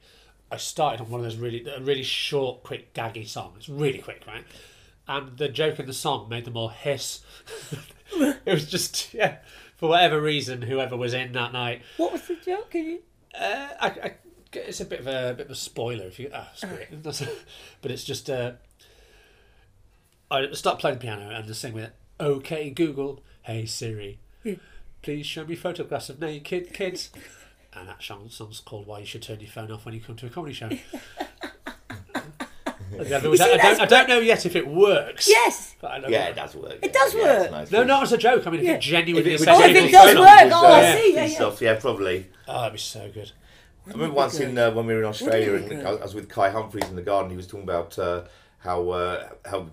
S3: I started on one of those really a really short, quick, gaggy song. It's really quick, right? And the joke in the song made them all hiss. it was just yeah, for whatever reason, whoever was in that night.
S4: What was the joke? Can you?
S3: Uh, I, I, it's a bit of a, bit of a spoiler if you. ah, screw it. That's- but it's just. Uh, I start playing the piano and just sing with it. Okay, Google. Hey Siri,
S4: Hmm.
S3: please show me photographs of naked kids. And that song, song's called "Why You Should Turn Your Phone Off When You Come to a Comedy Show." Yeah, but we don't- I, don't, I don't know yet if it works.
S4: Yes.
S3: But I know
S2: Yeah, it does work. It
S4: does work.
S3: No, not as a joke. I mean, if
S4: Yeah.
S3: it genuinely
S2: If it
S3: says
S4: Oh, if
S3: anything-
S4: it does
S2: Phone
S4: work.
S2: numbers,
S4: Oh, I
S2: uh,
S4: see. Yeah,
S2: piece
S4: yeah.
S2: off. yeah, probably.
S3: Oh, that'd be so good.
S2: I remember once in uh, when we were in Australia,
S4: Wouldn't it be
S2: and I was-
S4: good?
S2: I was with Kai Humphries in the garden. He was talking about uh, how uh, how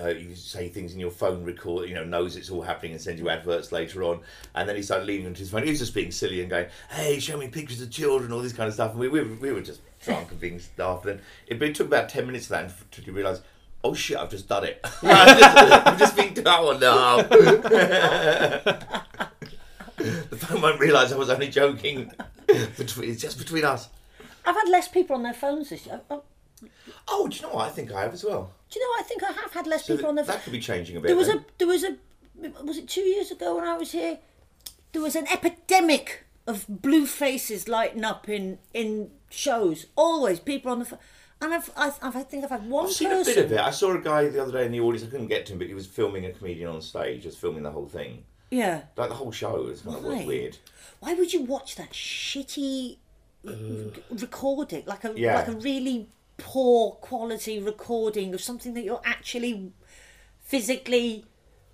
S2: uh, you say things in your phone record, you know, knows it's all happening and sends you adverts later on. And then he started leaning into his phone. He was just being silly and going, "Hey, show me pictures of children," all this kind of stuff. And we we, were- we were just drunk and being daft. Then it, but it took about ten minutes of that until you realise. Oh shit! I've just done it. I'm, just, I'm just being oh no. the phone won't realise I was only joking. Between, it's just between us.
S4: I've had less people on their phones this year. Oh,
S2: Oh, do you know what? I think I have as well.
S4: do you know? I think I have had less
S2: So
S4: people on their
S2: that, that
S4: phones.
S2: could be changing a bit.
S4: There was
S2: then.
S4: a there was a was it two years ago when I was here? There was an epidemic of blue faces lighting up in in shows. Always people on the pho- and I've, I've I think I've had one
S2: I've seen a
S4: person.
S2: bit of it. I saw a guy the other day in the audience. I couldn't get to him, but he was filming a comedian on stage, just filming the whole thing,
S4: Yeah.
S2: like the whole show. It's kind of
S4: Why?
S2: weird.
S4: Why would you watch that shitty r- recording? Like a
S2: Yeah.
S4: like a really poor quality recording of something that you're actually physically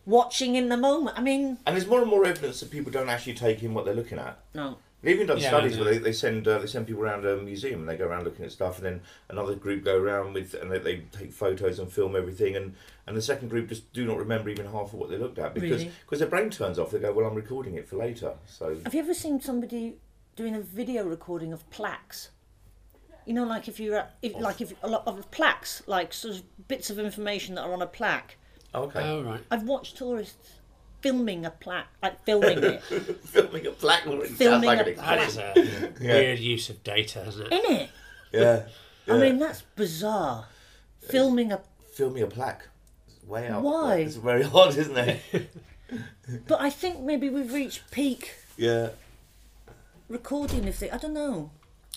S4: watching in the moment. I mean,
S2: And there's more and more evidence that people don't actually take in what they're looking at.
S4: no.
S2: They've even done
S3: Yeah,
S2: studies
S3: I know.
S2: where they, they send uh, they send people around a museum and they go around looking at stuff, and then another group go around with and they, they take photos and film everything, and, and the second group just do not remember even half of what they looked at because
S4: Really?
S2: cause their brain turns off. They go, well, I'm recording it for later. So
S4: Have you ever seen somebody doing a video recording of plaques? You know, like if you're at, if, like if a lot of plaques, like sort of bits of information that are on a plaque.
S2: okay,
S3: Oh right.
S4: I've watched tourists filming a plaque, like filming it,
S2: filming a plaque already sounds
S4: Filming
S2: like
S4: a
S2: an
S3: That
S2: expression.
S3: is a weird use of data, isn't it?
S4: in it.
S2: Yeah.
S4: I mean, that's bizarre. Filming a,
S2: Film me a plaque. It's way out.
S4: Why?
S2: It's very odd, isn't it?
S4: but I think maybe we've reached peak
S2: yeah.
S4: recording of thing. I don't know.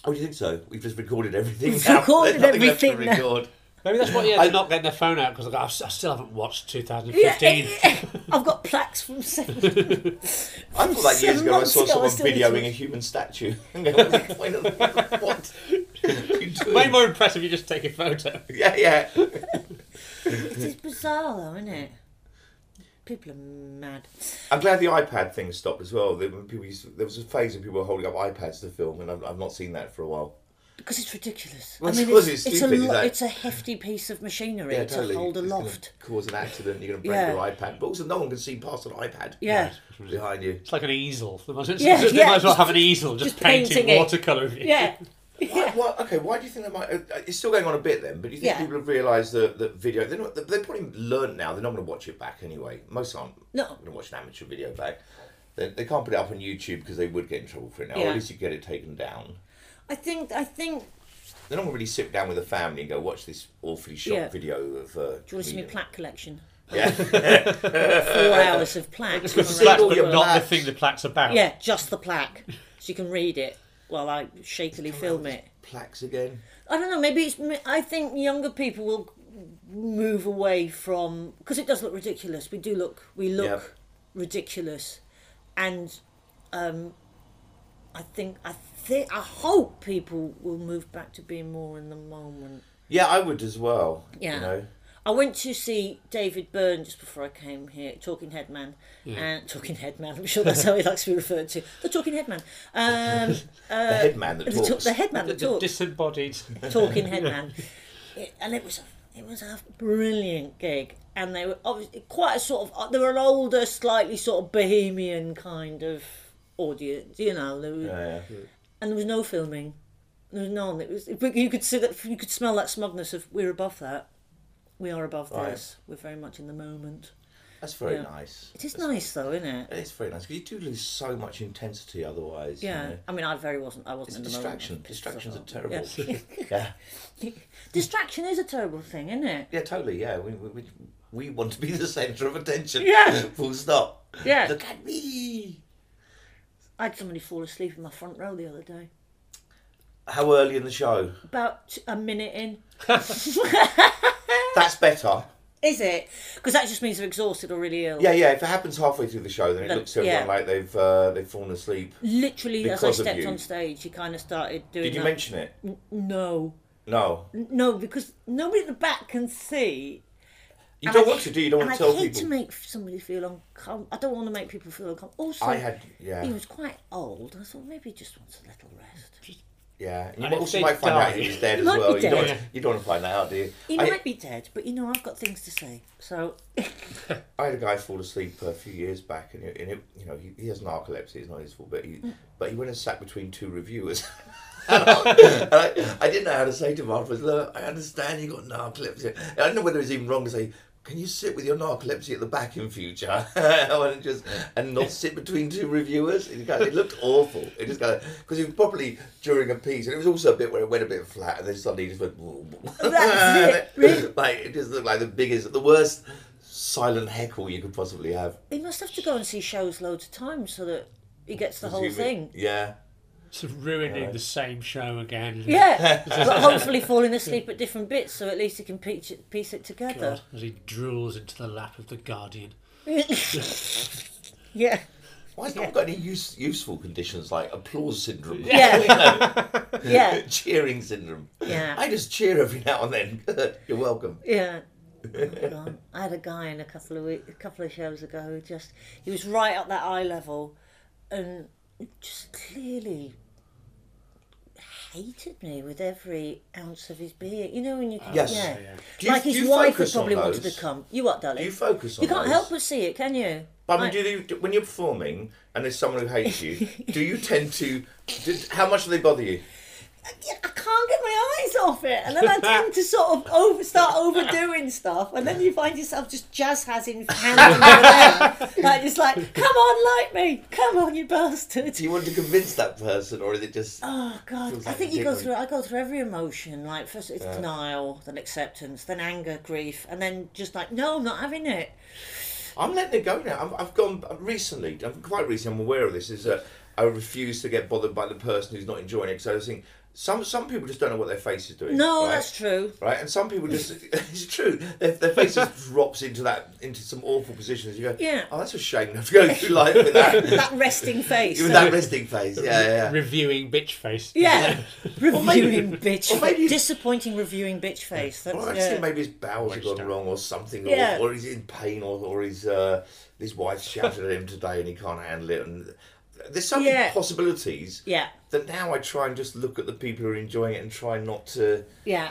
S2: Oh, do you think so? We've just recorded everything.
S4: We've
S2: now.
S4: recorded
S2: There's nothing left to
S4: everything now.
S2: record.
S3: Maybe that's what, yeah, they're not getting their phone out because like, I s- I still haven't watched 2015.
S4: eh, I've got plaques from seven.
S2: I thought that years
S4: Seven
S2: ago I
S4: months
S2: saw
S4: ago, I
S2: someone
S4: still need to-
S2: videoing a human statue. And I was like, "Why not? what? You doing?
S3: Way more impressive you just take a photo.
S2: Yeah, yeah.
S4: it is bizarre, though, isn't it? People are mad.
S2: I'm glad the iPad thing stopped as well. There, when people used to- there was a phase when people were holding up iPads to film, and I've, I've not seen that for a while.
S4: Because it's ridiculous.
S2: Well,
S4: I
S2: of
S4: mean,
S2: course
S4: it's,
S2: it's
S4: it's, a
S2: stupid,
S4: lo-
S2: is that-
S4: it's a hefty piece of machinery
S2: Yeah,
S4: to
S2: totally.
S4: hold
S2: It's gonna
S4: aloft.
S2: Cause an accident, you're going to break
S4: Yeah.
S2: your iPad. But also, no one can see past an iPad.
S4: Yeah.
S2: Behind you.
S3: It's like an easel. They might,
S4: Yeah,
S3: they
S4: yeah,
S3: might as well
S4: just-
S3: have an easel just,
S4: just
S3: painting,
S4: painting it.
S3: watercolour. of it.
S4: Yeah.
S2: Why, why, okay, why do you think that might? uh, It's still going on a bit then, but do you think
S4: Yeah.
S2: people have realised that that video? They're not. They probably learned now. They're not going to watch it back anyway. Most aren't.
S4: No.
S2: going to watch an amateur video back. They, they can't put it up on YouTube because they would get in trouble for it now. Or
S4: Yeah.
S2: at least you get it taken down.
S4: I think I think
S2: They're not going to really sit down with a family and go watch this awfully shot
S4: Yeah.
S2: video of. Uh,
S4: do you want to see my
S2: comedian."
S4: plaque collection?
S2: Yeah. Uh,
S4: Four hours of plaque.
S3: It's got
S4: from
S3: the
S4: around
S3: plaque,
S4: the
S3: but
S4: world.
S3: not the thing the plaque's about.
S4: Yeah, just the plaque, so you can read it while I shakily film it.
S2: Plaques again.
S4: I don't know. Maybe it's. I think younger people will move away from because it does look ridiculous. We do look. We look
S2: Yep.
S4: ridiculous, and um, I think I think I hope people will move back to being more in the moment.
S2: Yeah, I would as well.
S4: Yeah.
S2: You know.
S4: I went to see David Byrne just before I came here, Talking Headman. And Talking Headman, I'm sure that's how he likes to be referred to. The Talking Headman. Um,
S2: the headman that
S4: the,
S2: talks.
S4: ta- the Headman
S3: The,
S4: that
S3: the
S4: talks.
S3: disembodied.
S4: Talking Headman. It, and it was a, it was a brilliant gig, and they were obviously quite a sort of uh, they were an older, slightly sort of bohemian kind of audience, you know. They were,
S2: Yeah, yeah.
S4: And there was no filming. There was none. It was but you could see that you could smell that smugness of we're above that. We are above
S2: Right.
S4: this. We're very much in the moment.
S2: That's very
S4: Yeah.
S2: nice.
S4: It is nice though, isn't it?
S2: It's very nice because you do lose so much intensity otherwise. you
S4: Yeah.
S2: know.
S4: I mean, I very wasn't. I wasn't
S2: It's
S4: in the
S2: distraction.
S4: moment. I was pissed
S2: Distractions are
S4: off.
S2: terrible.
S4: Yes.
S2: Yeah, yeah.
S4: distraction is a terrible thing, isn't it?
S2: totally. Yeah, we, we, we- we want to be the centre of attention.
S4: Yeah.
S2: Full stop.
S4: Yeah.
S2: Look at me.
S4: I had somebody fall asleep in my front row the other day.
S2: How early in the show?
S4: About a minute in.
S2: That's better.
S4: Is it? Because that just means they're exhausted or really ill.
S2: Yeah, yeah. If it happens halfway through the show, then it
S4: Then-
S2: looks to everyone
S4: yeah.
S2: like they've uh, they've fallen asleep.
S4: Literally, as I
S2: Because of
S4: stepped
S2: you.
S4: on stage, he kind of started doing.
S2: Did you
S4: that.
S2: mention it?
S4: No,
S2: No. You
S4: N- no, because nobody at the back can see. And
S2: don't
S4: I-
S2: want to, do you? You don't
S4: and
S2: want to
S4: I
S2: tell
S4: hate
S2: people.
S4: to make somebody feel uncomfortable. I don't want to make people feel uncomfortable. Also,
S2: I had. Yeah.
S4: he was quite old. I thought maybe he just wants a little rest.
S2: Yeah, you
S3: And
S2: might
S3: if
S2: also
S3: they
S2: might find out
S3: die-
S2: he was dead as
S4: Might be
S2: well. You, don't,
S4: dead.
S2: you don't want to find that out, do you?
S4: He
S2: I,
S4: might be dead, but you know I've got things to say. So
S2: I had a guy fall asleep a few years back, and, it, and it, you know he, he has narcolepsy. It's not his fault, but he but he went and sat between two reviewers. and I, and I, I didn't know how to say to him afterwards. Look, I understand you got narcolepsy. And I don't know whether it's even wrong to say. Can you sit with your narcolepsy at the back in future, and just and not sit between two reviewers? It, kind of- it looked awful. It just kind of because it was probably during a piece, and it was also a bit where it went a bit flat, and then suddenly he just went.
S4: That's it, really?
S2: like it just looked like the biggest, the worst silent heckle you could possibly have.
S4: he must have to go and see shows loads of times so that he gets the whole thing.
S2: Yeah.
S3: It's ruining the same show again.
S4: Yeah, but hopefully falling asleep at different bits, so at least he can piece it, piece it together.
S3: God, as he drools into the lap of the Guardian.
S4: Yeah,
S2: Why has no one got any use, useful conditions like applause syndrome?
S4: yeah, yeah,
S2: Cheering syndrome.
S4: Yeah.
S2: I just cheer every now and then. You're welcome.
S4: yeah. Oh, God. I had a guy in a couple of weeks, a couple of shows ago who just he was right at that eye level, and just clearly hated me with every ounce of his being. You know when you can,
S2: Yes.
S4: yeah.
S3: Yeah, yeah.
S2: Do you-
S4: like
S2: do
S4: his
S2: you
S4: wife would
S2: focus on
S4: probably wanted
S2: those?
S4: to come. You what, darling?
S2: You focus on
S4: You can't
S2: those.
S4: help but see it, can you?
S2: But I mean,
S4: Like-
S2: do you, do- when you're performing and there's someone who hates you, do you tend to? Do, how much do they bother you?
S4: yeah, I can't get my eyes off it, and then I tend to sort of over start overdoing stuff, and then you find yourself just jazz has in hand over there, like just like, come on, like me, come on, you bastard.
S2: Do you want to convince that person, or is it just?
S4: Oh God,
S2: Feels
S4: I
S2: like
S4: think
S2: you
S4: you
S2: did
S4: go
S2: when-
S4: through. I go through every emotion. Like first it's denial, then acceptance, then anger, grief, and then just like, no, I'm not having it.
S2: I'm letting it go now. I'm, I've gone recently. I'm quite recently. I'm aware of this. Is that I refuse to get bothered by the person who's not enjoying it. Because I just think some some people just don't know what their face is doing.
S4: No,
S2: right?
S4: that's true.
S2: Right, and some people just—it's true. Their, their face just drops into that into some awful positions. You go,
S4: Yeah.
S2: Oh, that's a shame. to have to go through life with that,
S4: That resting face.
S2: with that resting face. Yeah, yeah.
S3: Reviewing bitch face.
S4: yeah, reviewing bitch,
S2: or maybe-
S4: disappointing reviewing bitch face. That's,
S2: Well, I just
S4: yeah.
S2: think maybe his bowels have gone
S3: Wasted.
S2: wrong or something, or,
S4: Yeah.
S2: or he's in pain, or, or his uh, his wife shouted at him today and he can't handle it. And there's so many
S4: Yeah.
S2: possibilities
S4: Yeah.
S2: that now I try and just look at the people who are enjoying it and try not to.
S4: Yeah.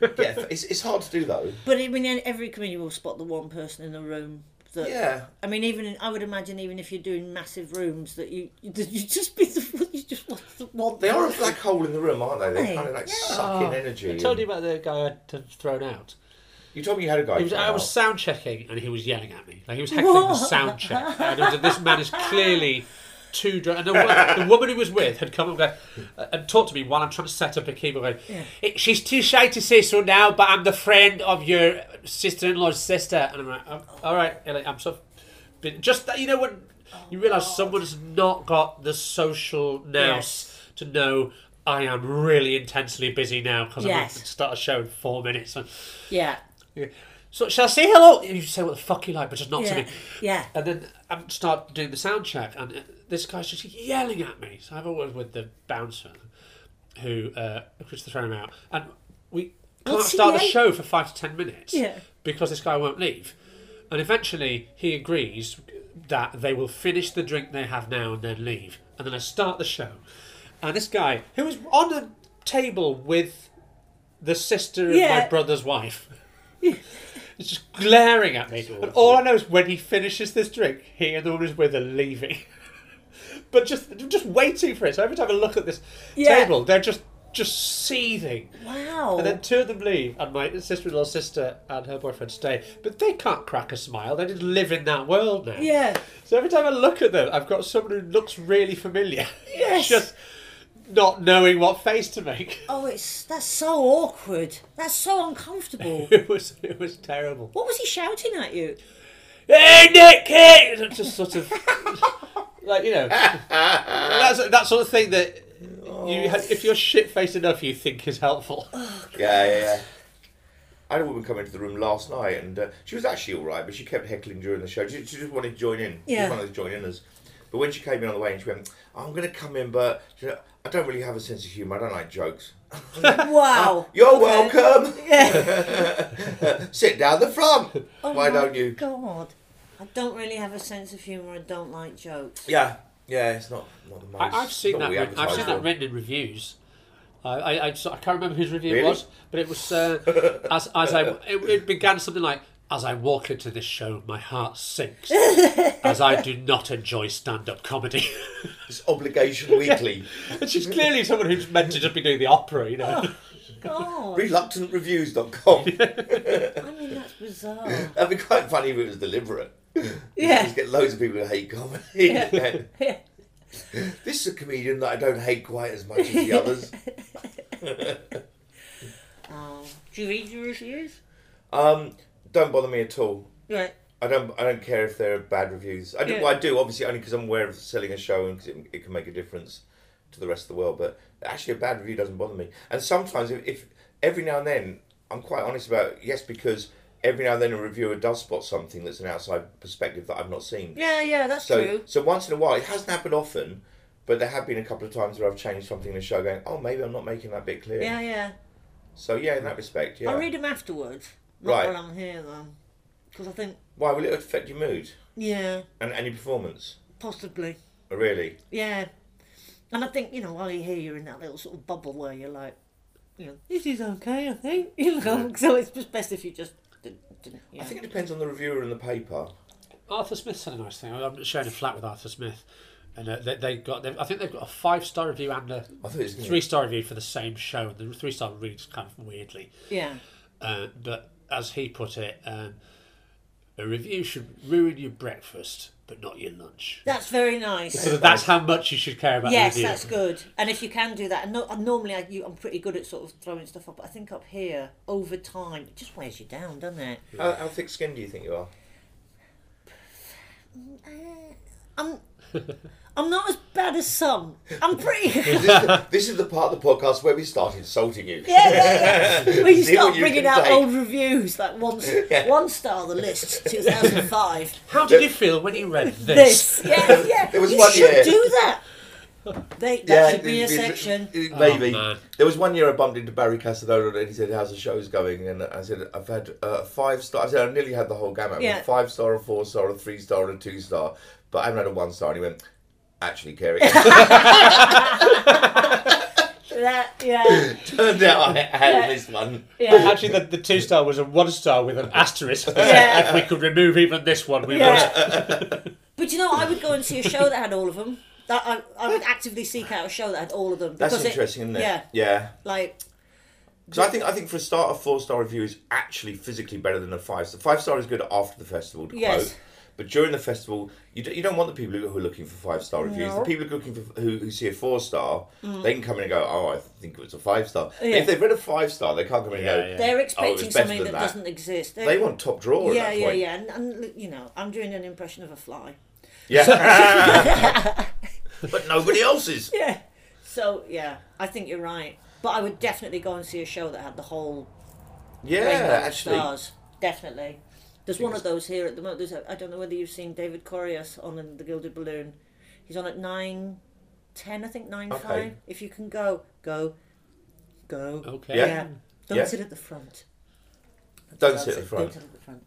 S2: Yeah, it's, it's hard to do though.
S4: But I mean, e-, every comedian will spot the one person in the room that.
S2: Yeah,
S4: I mean, even in, I would imagine, even if you're doing massive rooms, that you that you just be the you just want the one.
S2: they are a black hole in the room, aren't they? They're
S4: Aye.
S2: kind of like
S4: Yeah.
S2: sucking energy.
S3: I told you about the guy I had to thrown out.
S2: You told me you had a guy.
S3: He was,
S2: come
S3: I
S2: out.
S3: was sound checking and he was yelling at me. Like he was heckling the sound check. And I was like, this man is clearly too drunk. And the, wo- the woman who was with had come up and, go- and talked to me while I'm trying to set up a keyboard. Going, "It- She's too shy to say so now, but I'm the friend of your sister in law's sister. And I'm like, "Oh, all right, and, like, I'm so. Been, just that, you know, when
S4: Oh,
S3: you realise someone's not got the social now
S4: Yes.
S3: to know. I am really intensely busy now because I'm going
S4: Yes.
S3: to start a show in four minutes. And,
S4: Yeah.
S3: so shall I say hello? You say what the fuck you like, but just not to
S4: Yeah.
S3: me.
S4: Yeah.
S3: And then I start doing the sound check, and uh, this guy's just yelling at me. So I have a word with the bouncer, who uh, was thrown him out, and we can't
S4: What's he
S3: start the
S4: yell-
S3: show for five to ten minutes
S4: Yeah.
S3: because this guy won't leave. And eventually, he agrees that they will finish the drink they have now and then leave, and then I start the show. And this guy, who was on a table with the sister of my
S4: Yeah.
S3: brother's wife. He's just glaring at me. And all I know is when he finishes this drink, he and the woman is with are leaving. but just just waiting for it. So every time I look at this
S4: Yeah.
S3: table, they're just just seething.
S4: Wow.
S3: And then two of them leave, and my sister-in-law, sister, and her boyfriend stay. But they can't crack a smile. They just live in that world now.
S4: yeah.
S3: So every time I look at them, I've got someone who looks really familiar.
S4: Yes.
S3: just not knowing what face to make.
S4: Oh, it's that's so awkward. That's so uncomfortable.
S3: It was it was terrible.
S4: what was he shouting at you?
S3: hey Nick, hey! And I'm just sort of like you know that's that sort of thing that
S2: Oh.
S3: you ha- if you're shit faced enough you think is helpful.
S2: Yeah, yeah, yeah. I had a woman come into the room last night, and uh, she was actually all right, but she kept heckling during the show. She, she just wanted to join in. She
S4: Yeah.
S2: was one of those join inners. But when she came in on the way, and she went, "Oh, "I'm going to come in, but you know, I don't really have a sense of humour. I don't like jokes."
S4: Wow.
S2: Uh, You're
S4: Oh, Okay.
S2: welcome.
S4: Yeah.
S2: Sit down the front.
S4: Oh
S2: Why
S4: my
S2: don't you?
S4: God. I don't really have a sense of humour. I don't like jokes.
S2: Yeah, yeah. It's not not the most.
S3: I, I've seen
S2: not
S3: that
S2: what we
S3: written, I've
S2: advertise
S3: seen
S2: for.
S3: that written in reviews. I, I, I, so- I can't remember whose review
S2: Really?
S3: it was, but it was uh, as as I it, it began something like as I walk into this show, my heart sinks as I do not enjoy stand up comedy.
S2: It's obligation weekly.
S3: and she's clearly someone who's meant to just be doing the opera, you know.
S4: God.
S2: Reluctantreviews.com.
S4: I mean, that's bizarre.
S2: That'd be quite funny if it was deliberate.
S4: Yeah.
S2: Just get loads of people who hate comedy.
S4: Yeah.
S2: This is a comedian that I don't hate quite as much as the others.
S4: Oh. Do you read your reviews?
S2: Um, don't bother me at all.
S4: Yeah.
S2: I don't. I don't care if they're bad reviews. I do.
S4: Yeah.
S2: Well, I do obviously only because I'm aware of selling a show and 'cause it, it can make a difference to the rest of the world. But actually, a bad review doesn't bother me. And sometimes, if, if every now and then, I'm quite honest about yes, because every now and then a reviewer does spot something that's an outside perspective that I've not seen.
S4: Yeah, yeah, that's
S2: So,
S4: true.
S2: so once in a while, it hasn't happened often, but there have been a couple of times where I've changed something in the show, going, "Oh, maybe I'm not making that bit clear."
S4: Yeah, yeah.
S2: So yeah, in that respect, yeah.
S4: I read them afterwards. Not
S2: Right.
S4: while I'm here, though. Because I think,
S2: Why will it affect your mood
S4: yeah,
S2: and any performance?
S4: possibly.
S2: Oh, Really?
S4: Yeah. And I think, you know, while you're here, you're in that little sort of bubble where you're like, you know, this is okay, I think. You know, so it's just best if you just didn't. didn't yeah.
S2: I think it depends on the reviewer and the paper.
S3: Arthur Smith said a nice thing. I'm sharing a flat with Arthur Smith, and uh, they, they got. They, I think they've got a five star review and a
S2: I thought it was gonna-
S3: three star review for the same show. The three star reads kind of weirdly,
S4: yeah.
S3: uh, but as he put it, um, a review should ruin your breakfast, but not your lunch.
S4: That's very nice.
S3: So that's how much you should care about.
S4: Yes,
S3: the review.
S4: that's good. And if you can do that, and, no, and normally I, you, I'm pretty good at sort of throwing stuff up, but I think up here, over time, it just wears you down, doesn't it?
S2: How, how thick skinned do you think you are?
S4: I'm, I'm not as bad as some. I'm pretty. yeah,
S2: This is, the, this is the part of the podcast where we start insulting you.
S4: yeah, yeah. When you
S2: See what
S4: start
S2: you
S4: bringing
S2: can
S4: out
S2: take.
S4: old reviews, like one, one star of the list, 2005.
S3: How did you feel when you read this?
S4: this. Yeah, yeah.
S2: There was
S4: you
S2: one
S4: should
S2: year.
S4: do that. They, that
S2: Yeah,
S4: should be a
S2: it'd
S4: section.
S2: it- Maybe.
S3: man.
S2: there was one year I bumped into Barry Casadona and he said, How's the show's going? And I said, I've had uh, five star. I said, I've nearly had the whole gamut. I've had
S4: Yeah.
S2: Five star, a four star, a three star, and a two star. But I haven't had a one star. And he went, actually Kerry.
S4: That, yeah,
S2: Turned out I had this one.
S4: yeah.
S3: Actually, the, the two star was a one star with an asterisk. that
S4: Yeah.
S3: said, If we could remove even this one, we would.
S4: yeah. but you know, I would go and see a show that had all of them. That I, I would actively seek out a show that had all of them.
S2: That's
S4: because it-
S2: interesting, isn't it?
S4: Yeah,
S2: Yeah.
S4: like
S2: Because I think I think for a start, a four star review is actually physically better than a five star. Five star is good after the festival, to
S4: Yes.
S2: quote. But during the festival, you, do, you don't want the people who are looking for five star reviews.
S4: No.
S2: The
S4: Mm.
S2: people who are looking for who, who see a four star, they can come in and go, "Oh, I think it was a five star."
S4: Yeah.
S2: If they've read a five star, they can't come in
S3: Yeah,
S2: and go.
S3: yeah.
S4: they're
S2: Oh, it was better
S4: expecting something
S2: than
S4: that,
S2: that.
S4: doesn't exist. They,
S2: They want top drawer.
S4: yeah,
S2: at that
S4: yeah,
S2: point.
S4: yeah, and, and you know, I'm doing an impression of a fly.
S2: Yeah. but nobody else's.
S4: Yeah. So yeah, I think you're right. But I would definitely go and see a show that had the whole
S2: Yeah,
S4: rainbow of
S2: actually.
S4: stars. Definitely. There's one of those here at the moment. There's a, I don't know whether you've seen David Corias on in the Gilded Balloon. He's on at nine, ten, I think nine
S2: Okay.
S4: five. If you can go, go, go.
S3: Okay.
S2: Yeah.
S4: Yeah. Don't
S2: Yeah.
S4: sit at the front.
S2: Don't sit at the front.
S4: Don't sit at the front.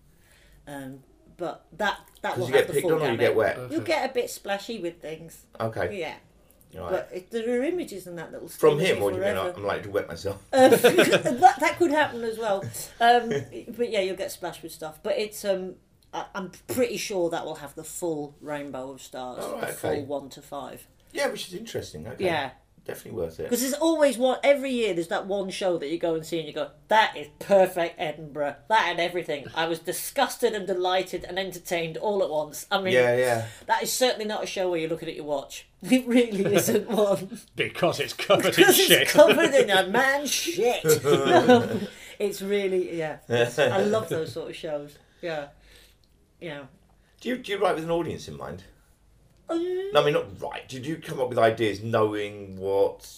S4: Um, but that that will
S2: Because you
S4: have
S2: get
S4: the
S2: picked
S4: full
S2: on or you
S4: gamut.
S2: get wet.
S4: You get a bit splashy with things.
S2: Okay.
S4: Yeah.
S2: All right.
S4: But it, there are images in that little
S2: From him, or do you mean uh,
S4: forever. Um,
S2: I'm like to wet myself?
S4: that, that could happen as well. Um, but yeah, you'll get splashed with stuff. But it's um, I, I'm pretty sure that will have the full rainbow of stars,
S2: Oh,
S4: the
S2: okay.
S4: full one to five.
S2: yeah, which is interesting. Okay.
S4: Yeah.
S2: Definitely worth it.
S4: Because there's always one every year. There's that one show that you go and see, and you go, "That is perfect, Edinburgh. That and everything." I was disgusted and delighted and entertained all at once. I mean,
S2: Yeah, yeah.
S4: that is certainly not a show where you're looking at your watch. It really isn't one.
S3: Because it's covered in
S4: Because
S3: shit.
S4: it's covered in a man shit. it's really yeah. I love those sort of shows. Yeah, yeah.
S2: Do you, do you write with an audience in mind?
S4: Um,
S2: No, I mean, not write. Did you come up with ideas knowing what.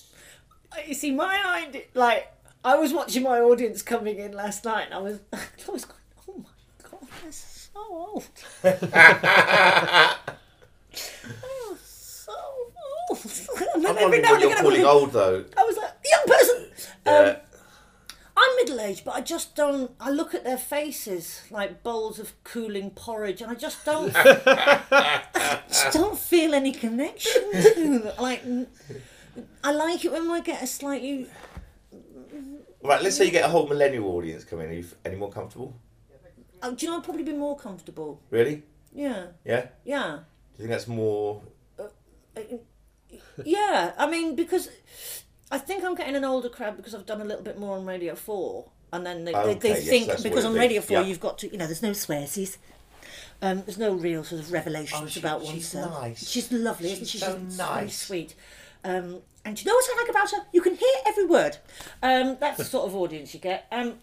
S4: you see, my idea, like I was watching my audience coming in last night, and I was, I was going, oh my god, they're so old. They're so old. And
S2: I'm
S4: then every
S2: wondering
S4: now
S2: what
S4: and
S2: you're
S4: again, I was
S2: calling
S4: like,
S2: old, though. Uh,
S4: I was like, young person. Um,
S2: Yeah.
S4: I'm middle aged, but I just don't. I look at their faces like bowls of cooling porridge, and I just don't. I just don't feel any connection to them. Like, n- I like it when I get a slightly.
S2: right, let's say you get a whole millennial audience coming. Are you f- any more comfortable?
S4: Oh, do you know? I'd probably be more comfortable.
S2: Really?
S4: Yeah,
S2: Yeah? Do
S4: yeah,
S2: you think that's more.
S4: yeah. I mean, because I think I'm getting an older crowd because I've done a little bit more on Radio Four, and then they, they,
S2: Okay,
S4: they
S2: yes,
S4: think
S2: that's what
S4: because
S2: it
S4: on
S2: is.
S4: Radio Four
S2: Yeah.
S4: you've got to, you know, there's no swearsies. Um, there's no real sort of revelations
S2: Oh, she-
S4: about
S2: she's
S4: oneself.
S2: nice.
S4: She's lovely, isn't
S2: She's
S4: she?
S2: so
S4: she's
S2: nice.
S4: sweet. Um, and do you know what I like about her? You can hear every word. Um, that's the sort of audience you get. Um,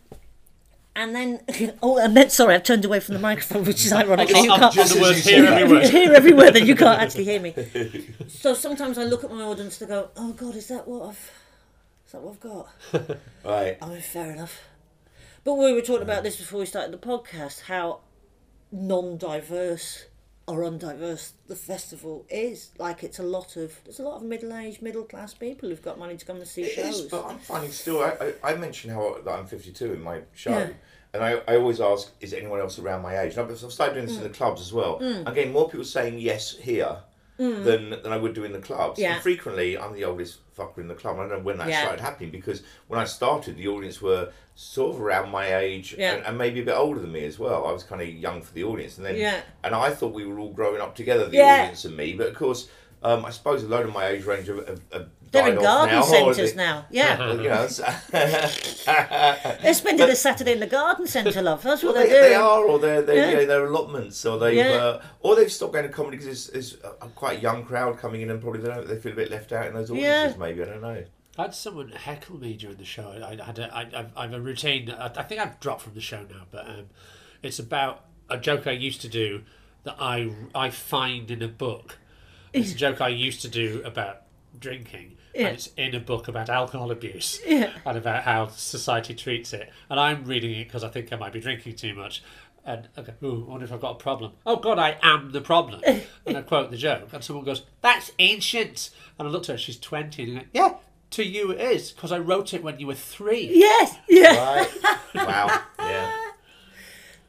S4: and then, oh, and then, sorry, I've turned away from the microphone, which is ironic. 'cause you
S3: I'm
S4: can't-
S3: just the words
S2: you
S3: here
S2: said that.
S4: you
S3: everywhere.
S4: hear every word, and you can't actually hear me. So sometimes I look at my audience and I go, "Oh God, is that what I've? Is that what I've got?"
S2: Right.
S4: I mean, fair enough. But we were talking about this before we started the podcast. How non-diverse or undiverse the festival is. Like it's a lot of there's a lot of middle-aged, middle-class people who've got money to come and see
S2: It
S4: shows.
S2: is, but I'm finding still. I, I, I mentioned how that I'm 52 in my show,
S4: Yeah.
S2: and I, I always ask, is anyone else around my age? And I've, I've started doing this in
S4: Mm.
S2: the clubs as well. I'm getting more people saying yes here than than I would do in the clubs.
S4: Mm. Yeah.
S2: And frequently, I'm the oldest fucker in the club. I don't know when that
S4: Yeah.
S2: started happening because when I started, the audience were sort of around my age
S4: Yeah.
S2: and, and maybe a bit older than me as well. I was kind of young for the audience, and then
S4: Yeah.
S2: and I thought we were all growing up together, the
S4: Yeah.
S2: audience and me. But of course. Um, I suppose a load of my age range have, have, have
S4: They're in
S2: died off
S4: garden
S2: now, or
S4: centres
S2: they-
S4: now. Yeah,
S2: you know, it's-
S4: they're spending a Saturday in the garden centre, love. That's what
S2: they,
S4: they're doing.
S2: they are, or they're, they're,
S4: Yeah.
S2: yeah. they're allotments, or they've,
S4: Yeah.
S2: uh, or they've stopped going to comedy because it's, it's a quite a young crowd coming in and probably they, don't, they feel a bit left out in those audiences,
S4: Yeah.
S2: maybe, I don't know.
S3: I had someone heckle me during the show. I, I had a, I, I've, I've a routine. that I, I think I've dropped from the show now, but um, it's about a joke I used to do that I I find in a book. It's a joke I used to do about drinking.
S4: Yeah.
S3: And it's in a book about alcohol abuse and about how society treats it. And I'm reading it because I think I might be drinking too much. And I go, ooh, I wonder if I've got a problem. Oh, God, I am the problem. and I quote the joke. And someone goes, that's ancient. And I looked at her, she's 20. And I go, yeah, to you it is because I wrote it when you were three.
S4: Yes, yeah.
S2: Right? wow. Yeah.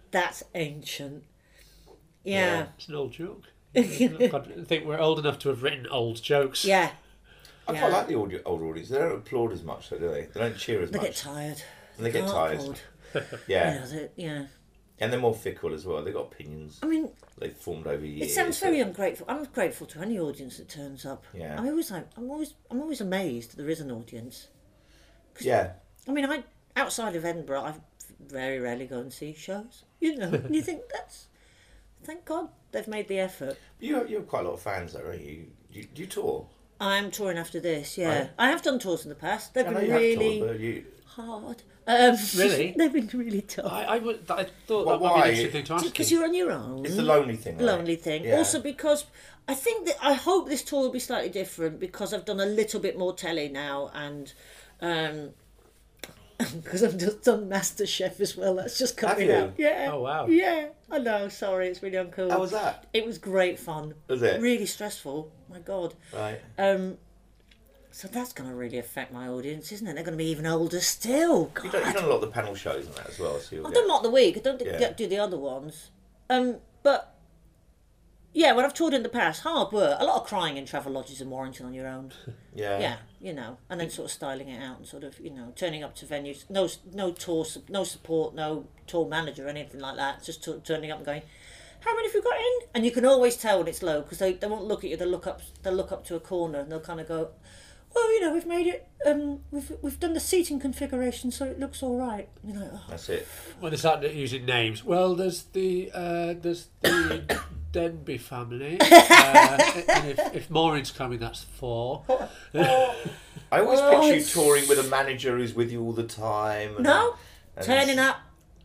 S4: That's ancient. Yeah.
S2: Yeah.
S3: It's an old joke. God, I think we're old enough to have written old jokes.
S4: Yeah,
S2: I
S4: Yeah.
S2: quite like the old, old audience. They don't applaud as much, though, do they? They don't cheer as
S4: they get
S2: much.
S4: tired.
S2: And they get
S4: Can't
S2: tired.
S4: afford.
S2: yeah.
S4: Yeah, they- yeah.
S2: and they're more fickle as well. They've got opinions.
S4: I mean,
S2: They've formed over
S4: It
S2: years.
S4: sounds
S2: so-
S4: very ungrateful. I'm grateful to any audience that turns up.
S2: Yeah.
S4: I'm always like, I'm always, I'm always amazed that there is an audience.
S2: Yeah,
S4: I mean, I outside of Edinburgh, I very rarely go and see shows. You know, and you think that's, thank God they've made the effort.
S2: you have, you have quite a lot of fans, though, don't you? You, you tour.
S4: I'm touring after this. Yeah,
S2: Right.
S4: I have done tours in the past. They've
S2: I know
S4: been
S2: you have
S4: really
S2: toured, but you.
S4: hard. Um,
S3: Really?
S4: they've been really tough.
S3: I, I, would, I thought
S2: Well,
S3: that might be
S2: why?
S3: an interesting thing to ask
S4: Because
S3: you.
S4: you're on your own.
S2: It's the lonely thing. right?
S4: lonely thing.
S2: Yeah.
S4: Also because I think that I hope this tour will be slightly different because I've done a little bit more telly now and um because I've just done MasterChef as well. That's just coming
S2: you?
S4: out. Yeah.
S3: Oh, wow.
S4: Yeah. I know. Sorry, it's really uncool.
S2: How was that?
S4: It was great fun.
S2: Was it?
S4: Really stressful. My God.
S2: Right.
S4: Um. So that's going to really affect my audience, isn't it? They're going to be even older still. God.
S2: You've done, you've done a lot of the panel shows and that as well, so you'll
S4: I've
S2: get-
S4: done Mock the Week. I don't d-
S2: Yeah.
S4: get- do the other ones. Um, but yeah, when I've toured in the past, hard work, a lot of crying in travel lodges in Warrington on your own.
S2: yeah.
S4: Yeah, you know, and then sort of styling it out and sort of you know turning up to venues. No, s- no tour, sup- no support, no tour manager, anything like that. Just tu- turning up and going. How many have you got in? And you can always tell when it's low because they, they won't look at you. They will look up. They will look up to a corner and they'll kind of go, "Well, you know, we've made it. Um, we've we've done the seating configuration, so it looks all right." You know, oh,
S2: That's it.
S3: When they start using names, well, there's the uh, there's the Denby family, uh, and if, if Maureen's coming, that's four.
S2: I always
S4: Oh,
S2: picture you
S4: it's-
S2: touring with a manager who's with you all the time. and-
S4: No,
S2: and-
S4: turning up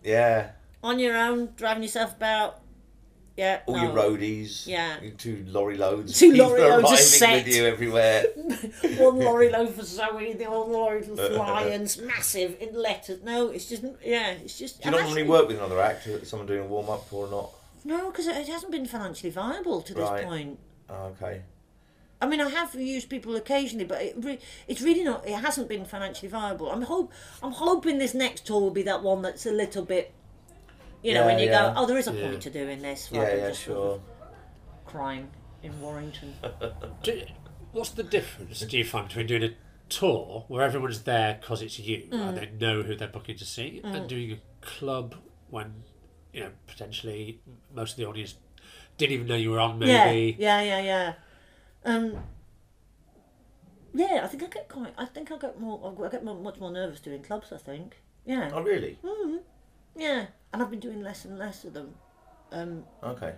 S2: Yeah.
S4: on your own, driving yourself about. Yeah.
S2: All
S4: no.
S2: your roadies.
S4: Yeah.
S2: your Two lorry loads.
S4: Two
S2: of
S4: lorry
S2: people
S4: loads of
S2: arriving
S4: set.
S2: with you everywhere.
S4: One lorry load for Zoe, the other lorry for Lions, massive in letters. No, it's just yeah, it's just.
S2: Do you not normally work with another actor, someone doing a warm up or not?
S4: No, because it, it hasn't been financially viable to this
S2: Right.
S4: point.
S2: Oh, okay.
S4: I mean, I have used people occasionally, but it re- it's really not. It hasn't been financially viable. I'm hope I'm hoping this next tour will be that one that's a little bit, you know,
S2: Yeah,
S4: when you
S2: yeah.
S4: go, oh, there is a
S3: Yeah.
S4: point to doing this. rather
S2: Yeah,
S4: than
S2: yeah,
S4: just sort
S2: sure.
S4: of Crying in Warrington.
S3: Do, what's the difference do you find between doing a tour where everyone's there because it's you
S4: Mm.
S3: and they know who they're booking to see, and doing a club when you know potentially most of the audience didn't even know you were on, maybe?
S4: Yeah, yeah, yeah, yeah. Um, yeah, I think I get quite. I think I get more. I get more, much more nervous doing clubs. I think. Yeah,
S2: Oh, really?
S4: yeah. And I've been doing less and less of them, um,
S2: Okay.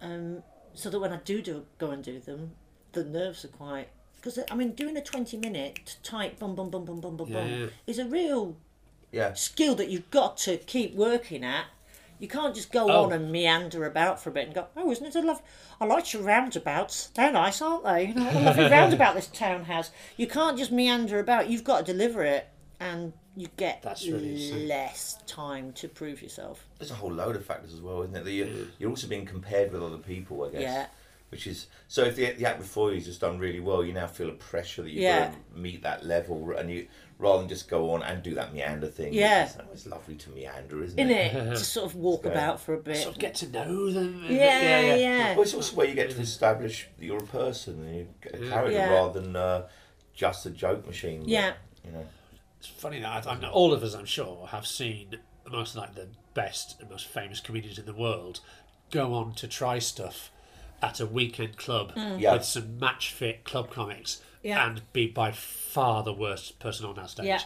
S4: um, so that when I do do go and do them, the nerves are quite. Because I mean, doing a twenty-minute tight bum bum bum bum bum bum
S3: Yeah.
S4: bum is a real
S2: Yeah.
S4: skill that you've got to keep working at. You can't just go
S3: Oh.
S4: on and meander about for a bit and go, oh, isn't it a love? I like your roundabouts. They're nice, aren't they? You know, what a lovely roundabout this town has. You can't just meander about. You've got to deliver it, and you get
S3: That's really sick.
S4: less time to prove yourself.
S2: There's a whole load of factors as well, isn't it? That you're, you're also being compared with other people, I guess.
S4: Mm. Yeah.
S2: Which is so. If the, the act before you's just done really well, you now feel a pressure that you've
S4: Yeah.
S2: got to meet that level, and you rather than just go on and do that meander thing. which
S4: Yeah.
S2: is- oh, it's lovely to meander, isn't
S4: In
S2: it?
S4: it, to sort of walk
S2: Yeah.
S4: about for a bit.
S3: Sort of get to know them. and-
S4: yeah, yeah,
S2: Well, it's also where you get to establish that you're a person and you get a character
S4: Mm. Yeah.
S2: rather than uh, just a joke machine. that,
S4: Yeah.
S2: you know.
S3: It's funny that I, I know all of us, I'm sure, have seen most like the best and most famous comedians in the world go on to try stuff at a weekend club
S2: Yeah.
S3: with some match fit club comics
S4: Mm. Yeah.
S3: and be by far the worst person on that stage.
S4: Yeah.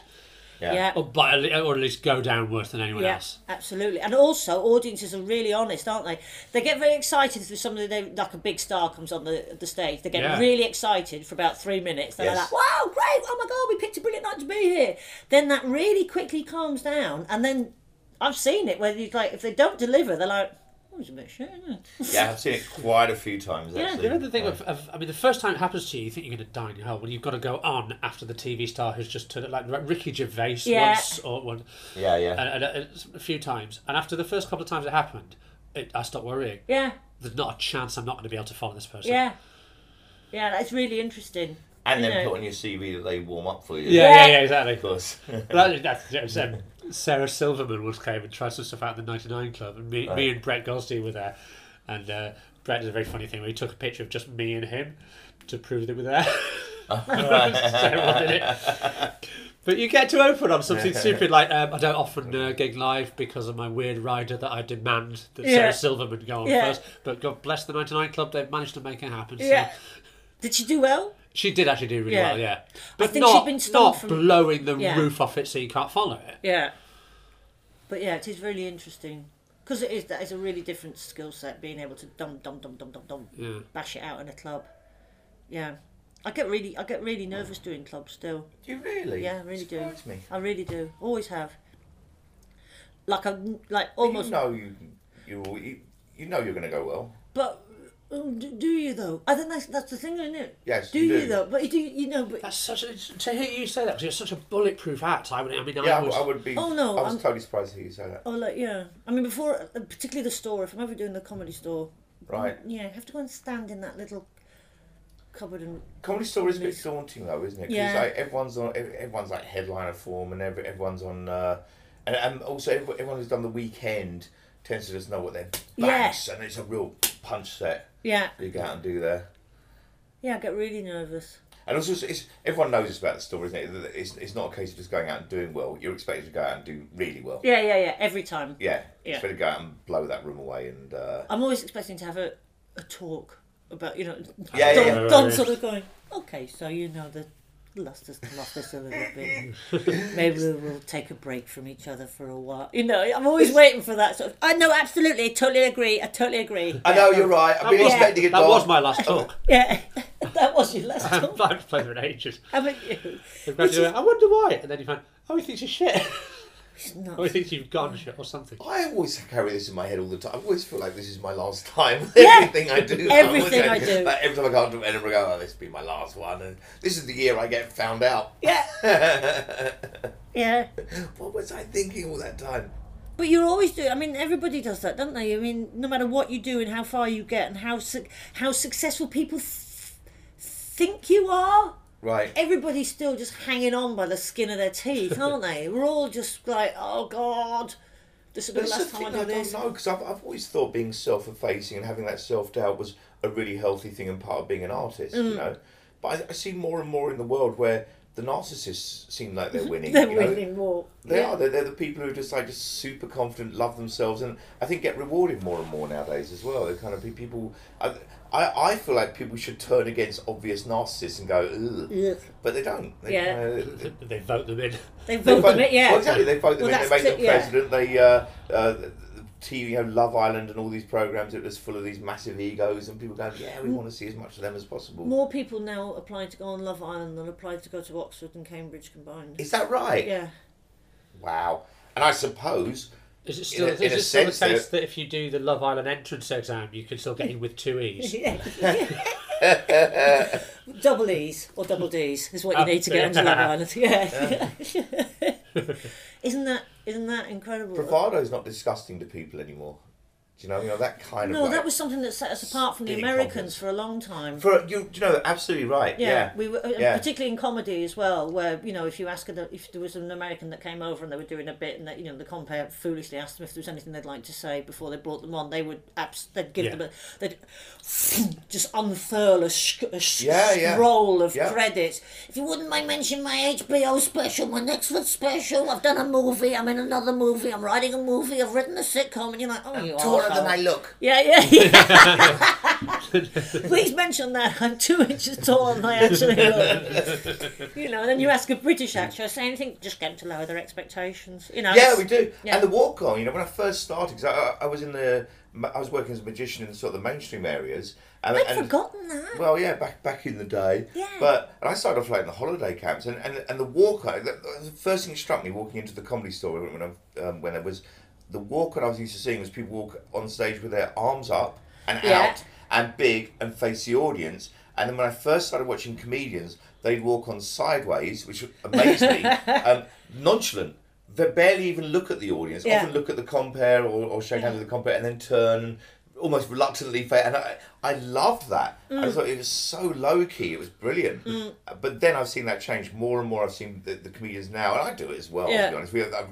S2: Yeah.
S4: yeah.
S3: Or, by, or at least go down worse than anyone
S4: Yeah,
S3: else.
S4: absolutely. And also, audiences are really honest, aren't they? They get very excited for something. They like a big star comes on the the stage. They get
S3: Yeah.
S4: really excited for about three minutes. They're
S2: Yes.
S4: like, "Wow, great! Oh my god, we picked a brilliant night to be here." Then that really quickly calms down, and then I've seen it where you like if they don't deliver, they're like, "Oh, it's a bit shit." Isn't it?
S2: Yeah, I've seen it quite a few times
S3: Yeah,
S2: actually.
S3: the other thing, of, of, I mean, the first time it happens to you, you think you're going to die in your hell when you've got to go on after the TV star who's just turned it, like Ricky Gervais
S4: Yeah.
S3: once or one.
S2: yeah, yeah.
S3: and, and, and a few times. And after the first couple of times it happened, it, I stopped worrying.
S4: Yeah,
S3: There's not a chance I'm not going to be able to follow this person.
S4: yeah, yeah. That's really interesting.
S2: and
S4: you
S2: then
S4: know.
S2: put on your CV that they warm up for you.
S3: yeah,
S4: Yeah.
S3: yeah, yeah, exactly.
S2: of course.
S3: That, that's, that's, um, Sarah Silverman once came and tried some stuff out in the 99 Club, and me, me and Brett Goldstein were there. And uh, Brett did a very funny thing where he took a picture of just me and him to prove that we're there. Oh, So everyone did it. But you get to open on something stupid like um, I don't often uh, gig live because of my weird rider that I demand that
S4: Yeah.
S3: Sarah Silverman go on
S4: Yeah.
S3: first. But God bless the 99 Club, they've managed to make it happen. so-
S4: Yeah. Did she do well?
S3: She did actually do really
S4: Yeah.
S3: well, yeah. But
S4: think she'd
S3: not,
S4: been stung
S3: not
S4: from-
S3: blowing the
S4: Yeah.
S3: roof off it so you can't follow it.
S4: Yeah. But yeah, it is really interesting. Because it is, that is a really different skill set, being able to dum dum dum dum dum dum
S3: Yeah.
S4: bash it out in a club. Yeah. I get really, I get really nervous doing clubs still.
S2: Do you really?
S4: Yeah, I really do.
S2: Surprised me.
S4: I really do. Always have. Like I, like
S2: You
S4: almost.
S2: know you, you, you, you know you're going to go well.
S4: But um, do, do you though? I think that's that's the thing, isn't it?
S2: Yes,
S4: Do
S2: you
S4: you,
S2: do.
S4: though? But you do you know? But
S3: That's such a, to hear you say that, because it's such a bulletproof act. I, would, I mean, I
S2: Yeah, I,
S3: was.
S2: I would be.
S4: Oh, no,
S2: I was
S4: I'm-
S2: totally surprised to hear you say that.
S4: oh, like yeah. I mean, before uh, particularly the store. If I'm ever doing the comedy store,
S2: Right.
S4: yeah, you have to go and stand in that little cupboard and
S2: Comedy store is a bit daunting though, isn't it? 'Cause
S4: Yeah.
S2: like everyone's on, ev- everyone's like headliner form, and every, everyone's on, uh, and, and also every- everyone who's done the weekend tends to just know what they're banks, and it's a real punch set
S4: yeah,
S2: that you go out and do there.
S4: yeah. I get really nervous.
S2: And also, it's, it's, everyone knows it's about the store, isn't it? That It's, it's not a case of just going out and doing well. You're expected to go out and do really well.
S4: Yeah, yeah, yeah. Every time.
S2: Yeah,
S4: Yeah.
S2: it's better to go out and blow that room away and uh,
S4: I'm always expecting to have a, a talk about you know.
S2: Yeah, yeah,
S4: Don,
S2: yeah.
S4: Don sort of going. Okay, so you know the luster's come off this a little bit. Maybe we will take a break from each other for a while. You know, I'm always waiting for that sort of. I know, absolutely, totally agree. I totally agree.
S2: I know you're right. I've been
S4: was-
S2: expecting it.
S3: that
S2: Don.
S3: was my last talk.
S4: Yeah, that was your last
S3: I
S4: talk,
S3: haven't played with it in ages.
S4: haven't you?
S3: They gradually went, I wonder why. And then you find, oh, he thinks you're shit.
S4: It's
S3: oh, he
S4: nuts.
S3: thinks you've gone shit or something.
S2: I always carry this in my head all the time. I always feel like this is my last time.
S4: Yeah.
S2: everything I do.
S4: Everything
S2: always-
S4: I do.
S2: Like, every time I go up to Edinburgh, I go, oh, this will be my last one. And this is the year I get found out.
S4: Yeah, yeah.
S2: What was I thinking all that time?
S4: But you're always doing. I mean, everybody does that, don't they? I mean, no matter what you do and how far you get and how su- how successful people th- think you are.
S2: Right.
S4: everybody's still just hanging on by the skin of their teeth, aren't they? We're all just like, oh god, this will be the
S2: That's the
S4: last time
S2: thing
S4: I
S2: I
S4: do
S2: don't
S4: this.
S2: know because I've, I've always thought being self-effacing and having that self-doubt was a really healthy thing and part of being an artist,
S4: Mm.
S2: you know. But I, I see more and more in the world where the narcissists seem like they're winning.
S4: They're
S2: you know?
S4: winning more.
S2: They
S4: Yeah.
S2: are. They're, they're the people who are just like just super confident, love themselves, and I think get rewarded more and more nowadays as well. They kind of be people. I, I, I feel like people should turn against obvious narcissists and go, Ugh.
S4: Ugh.
S2: but they don't. They,
S4: Yeah.
S2: kinda- they,
S3: They vote them in.
S4: They vote them in, yeah.
S2: Well, exactly. They vote them
S4: Well,
S2: in. They
S4: that's
S2: make them
S4: it, yeah.
S2: president. They uh, uh, the the TV, you know, Love Island, and all these programs. It was full of these massive egos, and people going, yeah, we want to see as much of them as possible.
S4: Mm. More people now apply to go on Love Island than apply to go to Oxford and Cambridge combined.
S2: Is that right?
S4: yeah.
S2: Wow. And I suppose.
S3: Is it still,
S2: In a-
S3: is
S2: in a
S3: it still the
S2: sense that-
S3: case that if you do the Love Island entrance exam, you can still get in with two E's?
S4: Double E's or double D's is what you need to get onto Love Island. Yeah. isn't that isn't that incredible?
S2: Bravado is not disgusting to people anymore. Do you know? You know that kind of.
S4: no,
S2: like-
S4: that was something that set us apart from the
S2: Big confidence.
S4: Americans for a long time.
S2: For you, you know, absolutely right. Yeah,
S4: Yeah, we were and
S2: Yeah.
S4: particularly in comedy as well, where you know if you ask a, if there was an American that came over and they were doing a bit, and that you know the compere foolishly asked them if there was anything they'd like to say before they brought them on, they would abs- they'd give
S3: Yeah.
S4: them a they'd just unfurl a, sh- a sh-
S2: Yeah, yeah.
S4: scroll of
S2: Yeah.
S4: credits. If you wouldn't mind mentioning my HBO special, my Netflix special, I've done a movie, I'm in another movie, I'm writing a movie, I've written a sitcom, and you're like, oh, you
S2: taller than
S4: arsehole.
S2: I look.
S4: Yeah, yeah, yeah. Please mention that I'm two inches taller than I actually look. You know, and then you ask a British actress, say anything, just get them to lower their expectations. You know.
S2: Yeah, we do.
S4: Yeah.
S2: And the walk on, you know, when I first started, because I, I was in the, I was working as a magician in sort of the mainstream areas. And,
S4: I'd
S2: and-
S4: forgotten that.
S2: Well, yeah, back back in the day.
S4: Yeah.
S2: But and I started off like in the holiday camps, and and, and the walk. I- The, the first thing that struck me walking into the comedy store when I um, when it was the walk that I was used to seeing was people walk on stage with their arms up and
S4: Yeah.
S2: out and big and face the audience. And then when I first started watching comedians, they'd walk on sideways, which amazed me, um, nonchalant. They barely even look at the audience.
S4: Yeah.
S2: Often look at the compare or, or shake hands with the compare and then turn almost reluctantly fa and I, I loved that I
S4: Mm.
S2: thought it was so low key it was brilliant Uh, but then I've seen that change more and more I've seen the, the comedians now and I do it as well to
S4: Yeah.
S2: be honest we have, I've,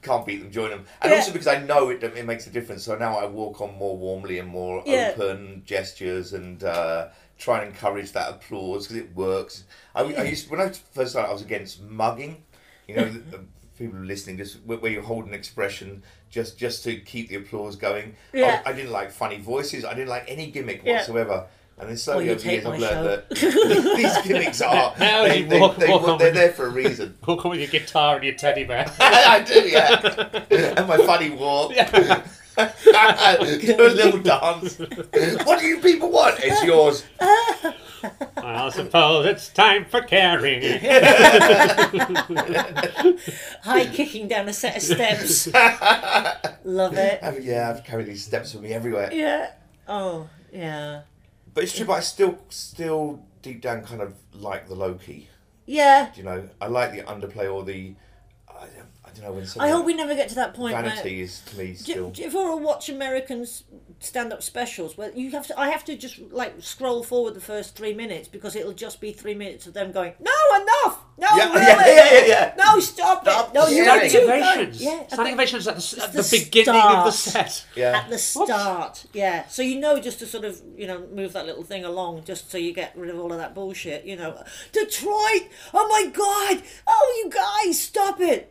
S2: can't beat them, join them. And
S4: Yeah.
S2: also because I know it, it makes a difference. So now I walk on more warmly and more
S4: Yeah.
S2: open gestures and uh, try and encourage that applause because it works. I, I used when I first started, I was against mugging. You know, the, the people listening, just where where you hold an expression just just to keep the applause going. I-
S4: Yeah.
S2: I, didn't like funny voices. I didn't like any gimmick
S4: Yeah.
S2: whatsoever. And then slowly
S4: you
S2: over the
S4: take
S2: years, I've
S4: my
S2: learned that these gimmicks are
S3: Now
S2: they,
S3: you
S2: they,
S3: walk-
S2: they,
S3: walk on
S2: they're
S3: with-
S2: there for a reason.
S3: Walk on with your guitar and your teddy bear.
S2: I do, yeah. and my funny walk.
S3: Yeah.
S2: do a little dance. what do you people want? It's yours.
S3: I suppose it's time for caring.
S4: High kicking down a set of steps. Love it.
S2: Oh, yeah, I've carried these steps with me everywhere.
S4: Yeah. Oh, yeah.
S2: But it's true, but I still, still deep down kind of like the low key.
S4: Yeah.
S2: You know, I like the underplay or the. I, I don't know when
S4: I
S2: something.
S4: hope we never get to that point where.
S2: Vanity is to me
S4: Do,
S2: still.
S4: do you ever watch American stand-up specials? Where you have to, I have to just like scroll forward the first three minutes because it'll just be three minutes of them going, "No, enough! No,
S2: Yeah,
S4: oh, really!
S2: yeah, yeah, yeah, yeah."
S4: No, stop,
S2: Stop
S4: it! No, you're
S2: sharing.
S4: too
S3: Activations.
S4: Yeah,
S3: Sound activations at the, at
S4: the
S3: the, beginning of the
S4: start.
S3: set.
S4: at
S2: yeah.
S4: the start, yeah. So you know just to sort of you know move that little thing along, just so you get rid of all of that bullshit. You know, Detroit. Oh my God! Oh, you guys, stop it!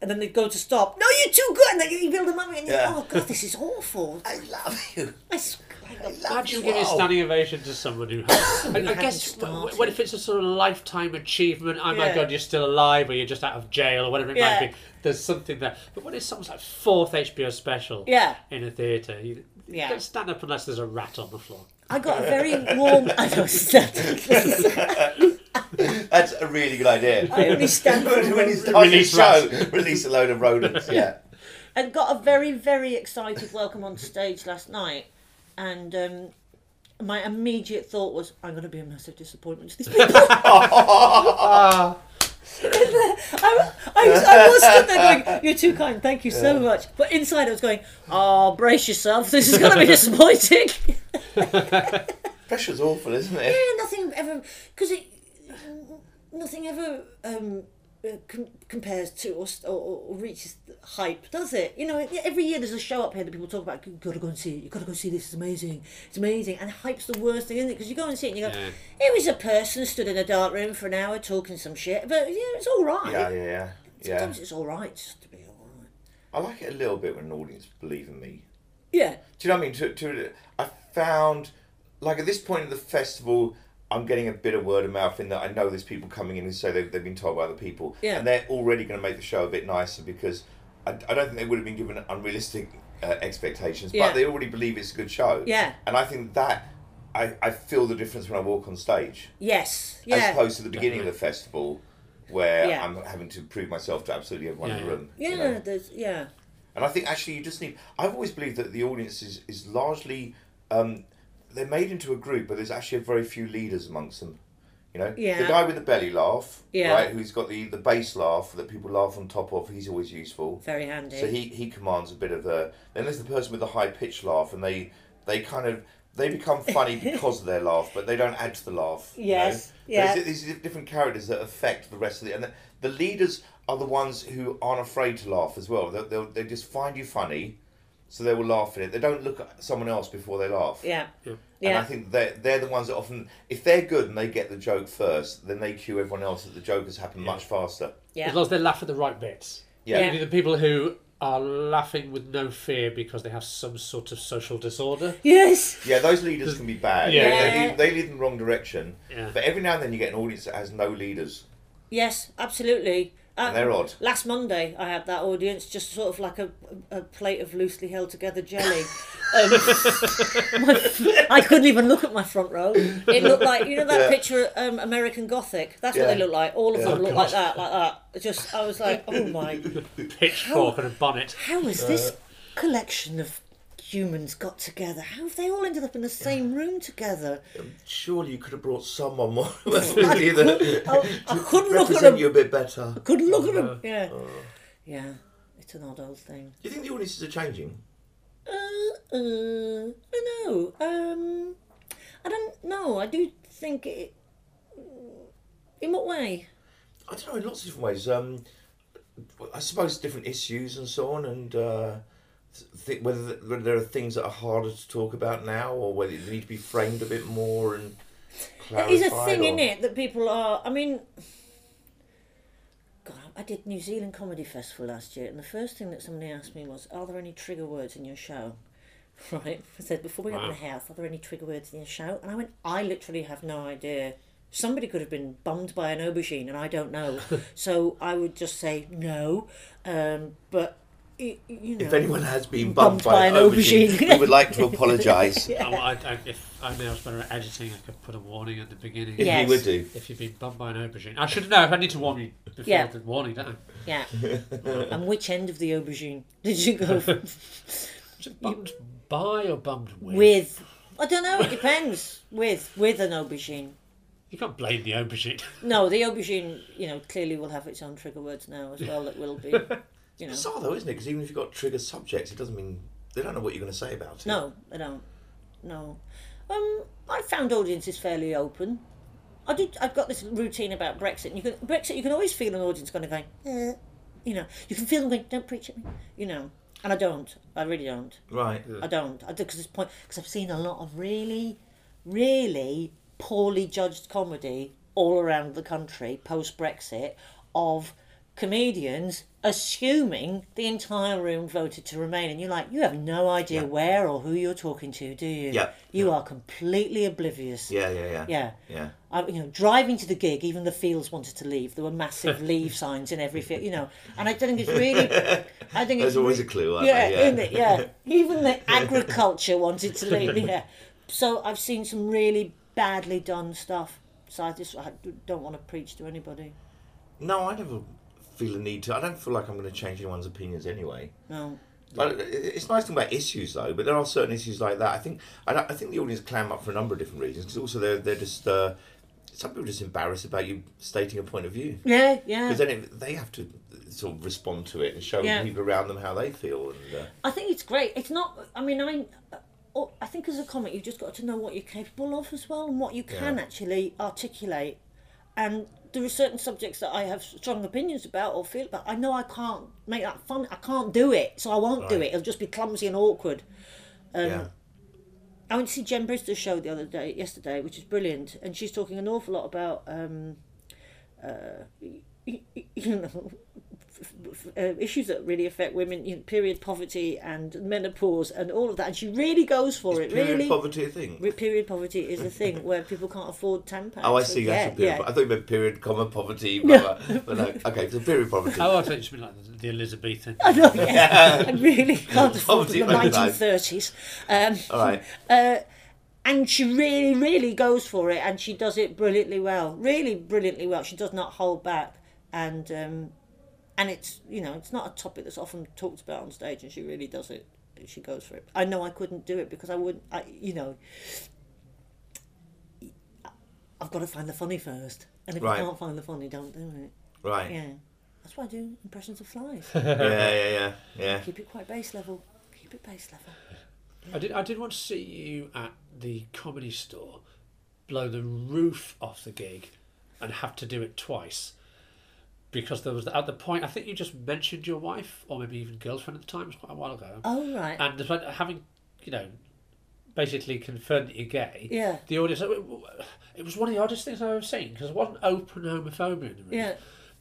S4: And then they go to stop. No, you're too good. And then you build them up, and you
S2: Yeah.
S4: oh God, this is awful.
S2: I love you.
S4: I swear to God.
S3: Imagine giving a
S2: Wow.
S3: standing ovation to someone who has. I, I
S4: hasn't
S3: guess w- w-
S4: started.
S3: what if it's a sort of lifetime achievement? Oh
S4: Yeah.
S3: my god, you're still alive, or you're just out of jail, or whatever it
S4: Yeah.
S3: might be. There's something there. But what if someone's like fourth HBO special?
S4: Yeah.
S3: In a theatre, you, you
S4: Yeah.
S3: don't stand up unless there's a rat on the floor.
S4: I got a very warm. I don't stand.
S2: That's a really good idea.
S4: I only stand for
S2: when when you
S4: warm.
S2: start
S3: Release
S2: your show, release a load of rodents. Yeah.
S4: and got a very very excited welcome on stage last night and um my immediate thought was i'm going to be a massive disappointment to these people I, I, I was stood there going you're too kind thank you so much but inside i was going oh brace yourself this is going to be disappointing
S2: Pressure's awful, isn't it?
S4: yeah, nothing ever because it nothing ever um, uh, com- compares to or, st- or, or reaches the hype, does it? You know, every year there's a show up here that people talk about. You gotta go and see it. You gotta go see this. It's amazing. It's amazing. And hype's the worst thing, isn't it? Because you go and see it and you go,
S3: Yeah.
S4: it was a person stood in a dark room for an hour talking some shit, but yeah, it's all right.
S2: Yeah, yeah, yeah. yeah.
S4: Sometimes it's all right just to be all right.
S2: I like it a little bit when an audience believe in me.
S4: Yeah,
S2: Do you know what I mean? To, to, I found, like, at this point in the festival, I'm getting a bit of word of mouth in that I know there's people coming in who say they've, they've been told by other people.
S4: Yeah.
S2: And they're already going to make the show a bit nicer because I, I don't think they would have been given unrealistic uh, expectations,
S4: Yeah.
S2: but they already believe it's a good show.
S4: Yeah.
S2: And I think that, I, I feel the difference when I walk on stage
S4: yes,
S2: as
S4: yeah,
S2: opposed to the beginning of the festival where
S4: Yeah.
S2: I'm having to prove myself to absolutely everyone in the
S3: Yeah.
S2: room. you
S4: yeah.
S2: know?
S4: There's yeah,
S2: And I think actually you just need. I've always believed that the audience is is largely um, they're made into a group, but there's actually a very few leaders amongst them. You know,
S4: Yeah.
S2: the guy with the belly laugh,
S4: Yeah.
S2: right? Who's got the the bass laugh that people laugh on top of? He's always useful.
S4: very handy.
S2: So he he commands a bit of the. Then there's the person with the high pitched laugh, and they they kind of. They become funny because of their laugh, but they don't add to the laugh. you know?
S4: Yes,
S2: But
S4: yeah.
S2: it's- These are different characters that affect the rest of the. And the, the leaders are the ones who aren't afraid to laugh as well. They'll, they'll, they just find you funny, so they will laugh at it. They don't look at someone else before they laugh.
S4: yeah,
S3: Yeah.
S2: And I
S4: yeah,
S2: think they're, they're the ones that often, if they're good and they get the joke first, then they cue everyone else that the joke has happened much faster.
S4: yeah.
S3: As long as they laugh at the right bits.
S2: Yeah.
S3: Maybe the people who are laughing with no fear because they have some sort of social disorder.
S4: Yes.
S2: Yeah, those leaders can be bad.
S3: Yeah.
S2: They- They,
S4: Yeah.
S2: lead, they lead in the wrong direction.
S3: Yeah.
S2: But every now and then you get an audience that has no leaders.
S4: Yes, absolutely. Um,
S2: They're odd.
S4: Last Monday, I had that audience just sort of like a, a plate of loosely held together jelly. um, my- I couldn't even look at my front row. It looked like you know that
S2: Yeah.
S4: picture um, American Gothic. That's what
S2: Yeah.
S4: they look like. All of
S2: Yeah.
S4: them
S2: Oh,
S4: look like that, like that. Just I was like, oh my,
S3: Pitchfork and a bonnet.
S4: how has
S2: Uh.
S4: this collection of humans got together? How have they all ended up in the same room together?
S2: Surely you could have brought someone more with you that
S4: I, Oh, I couldn't look at
S2: represent Oh,
S4: them.
S2: you a bit better. Do
S4: Couldn't look at them. Yeah, yeah. It's an odd old thing.
S2: you think the audiences are changing?
S4: Uh, uh, I know. Um, I don't know. I do think it. In what way?
S2: I don't know, in lots of different ways. Um, I suppose different issues and so on, and uh, th- whether, th- whether there are things that are harder to talk about now, or whether they need to be framed a bit more and clarified.
S4: It's a thing,
S2: or-
S4: in it, that people are. I mean, God, I did New Zealand Comedy Festival last year, and the first thing that somebody asked me was, "Are there any trigger words in your show?" Right? I said before we open the house, are there any trigger words in your show? And I went, I literally have no idea. Somebody could have been bummed by an aubergine, and I don't know. so I would just say no, um, but. y- You know,
S2: If anyone has been bumped, by, an aubergine, we would like to apologise.
S3: I, I, I, if I know it's better at editing, I could put a warning at the beginning.
S2: If
S4: Yeah.
S2: you would do.
S3: If you've been bummed by an aubergine, I should know. I need to warn you before
S4: Yeah.
S3: the warning, don't I?
S4: yeah. and which end of the aubergine did you go for?
S3: Is it bummed by or bummed with?
S4: With. I don't know, it depends. With with an aubergine.
S3: You can't blame the aubergine.
S4: No, the aubergine, you know, clearly will have its own trigger words now as well that will be you know.
S2: Bizarre though, isn't it? Because even if you've got trigger subjects, it doesn't mean they don't know what you're going to say about it.
S4: No, they don't. No. Um I found audiences fairly open. I do I've got this routine about Brexit and you can Brexit you can always feel an audience kind of going, eh. you know. You can feel them going, Don't preach at me you know. And I don't. I really don't.
S2: Right.
S4: I don't. I because this point because I've seen a lot of really, really poorly judged comedy all around the country post Brexit of comedians assuming the entire room voted to remain and you're like you have no idea where or who you're talking to do you
S2: Yeah.
S4: you are completely oblivious
S2: Yeah, yeah, yeah.
S4: yeah
S2: Yeah.
S4: I, you know, driving to the gig, even the fields wanted to leave. There were massive leave signs in every field, you know. And I think it's really, I think it's
S2: There's always
S4: re-
S2: a clue, aren't
S4: yeah,
S2: there?
S4: isn't it? Yeah. Even the agriculture wanted to leave. Yeah. So I've seen some really badly done stuff. So I just I don't want to preach to anybody.
S2: No, I never feel the need to. I don't feel like I'm going to change anyone's opinions anyway.
S4: No.
S2: But it- it's nice thing about issues though. But there are certain issues like that. I think I, don't- I think the audience clam up for a number of different reasons. Because also they're they're just uh, some people are just embarrassed about you stating a point of view.
S4: Yeah, yeah.
S2: Because then it, they have to sort of respond to it and show
S4: Yeah.
S2: people around them how they feel. And uh,
S4: I think it's great. It's not. I mean, I. oh, I think as a comic, you've just got to know what you're capable of as well, and what you can
S2: Yeah.
S4: actually articulate. And there are certain subjects that I have strong opinions about or feel about. I know I can't make that fun. I can't do it, so I won't do
S2: Right.
S4: it. It'll just be clumsy and awkward. Um,
S2: yeah,
S4: I went to see Jen Brewster's show the other day, yesterday, which is brilliant, and she's talking an awful lot about, um, uh, y- y- you know, f- f- uh, issues that really affect women, you know, period poverty and menopause and all of that. And she really goes for it.
S2: period
S4: Really,
S2: poverty a thing.
S4: Re- period poverty is a thing where people can't afford tampons.
S2: Oh, I
S4: So,
S2: see.
S4: Yeah,
S2: That's a period.
S4: yeah.
S2: po- I thought you meant period, comma poverty. Blah, blah. but no, okay, so period poverty.
S3: Oh, I thought you should be like the, the Elizabethan.
S4: I know, yeah. I really can't afford
S2: Poverty
S4: the
S2: overnight.
S4: 1930s. Um,
S2: All right.
S4: and she really, really goes for it, and she does it brilliantly well. Really brilliantly well. She does not hold back, and um, and it's you know it's not a topic that's often talked about on stage, and she really does it. She goes for it. I know I couldn't do it because I wouldn't. I you know. I've got to find the funny first, and if
S2: Right.
S4: I can't find the funny, don't do it.
S2: Right.
S4: Yeah, that's why I do impressions of flies.
S2: Yeah, yeah, yeah, yeah.
S4: Keep it quite base level. Keep it base level.
S3: I did. I did want to see you at the comedy store, blow the roof off the gig, and have to do it twice, because there was at the point I think you just mentioned your wife or maybe even girlfriend at the time. It was quite a while ago.
S4: Oh right.
S2: Uh,
S3: And the fact that having you know, basically confirmed that you're gay.
S4: Yeah.
S3: The audience. It was one of the oddest things I've ever seen because it wasn't open homophobia in the room.
S4: Yeah.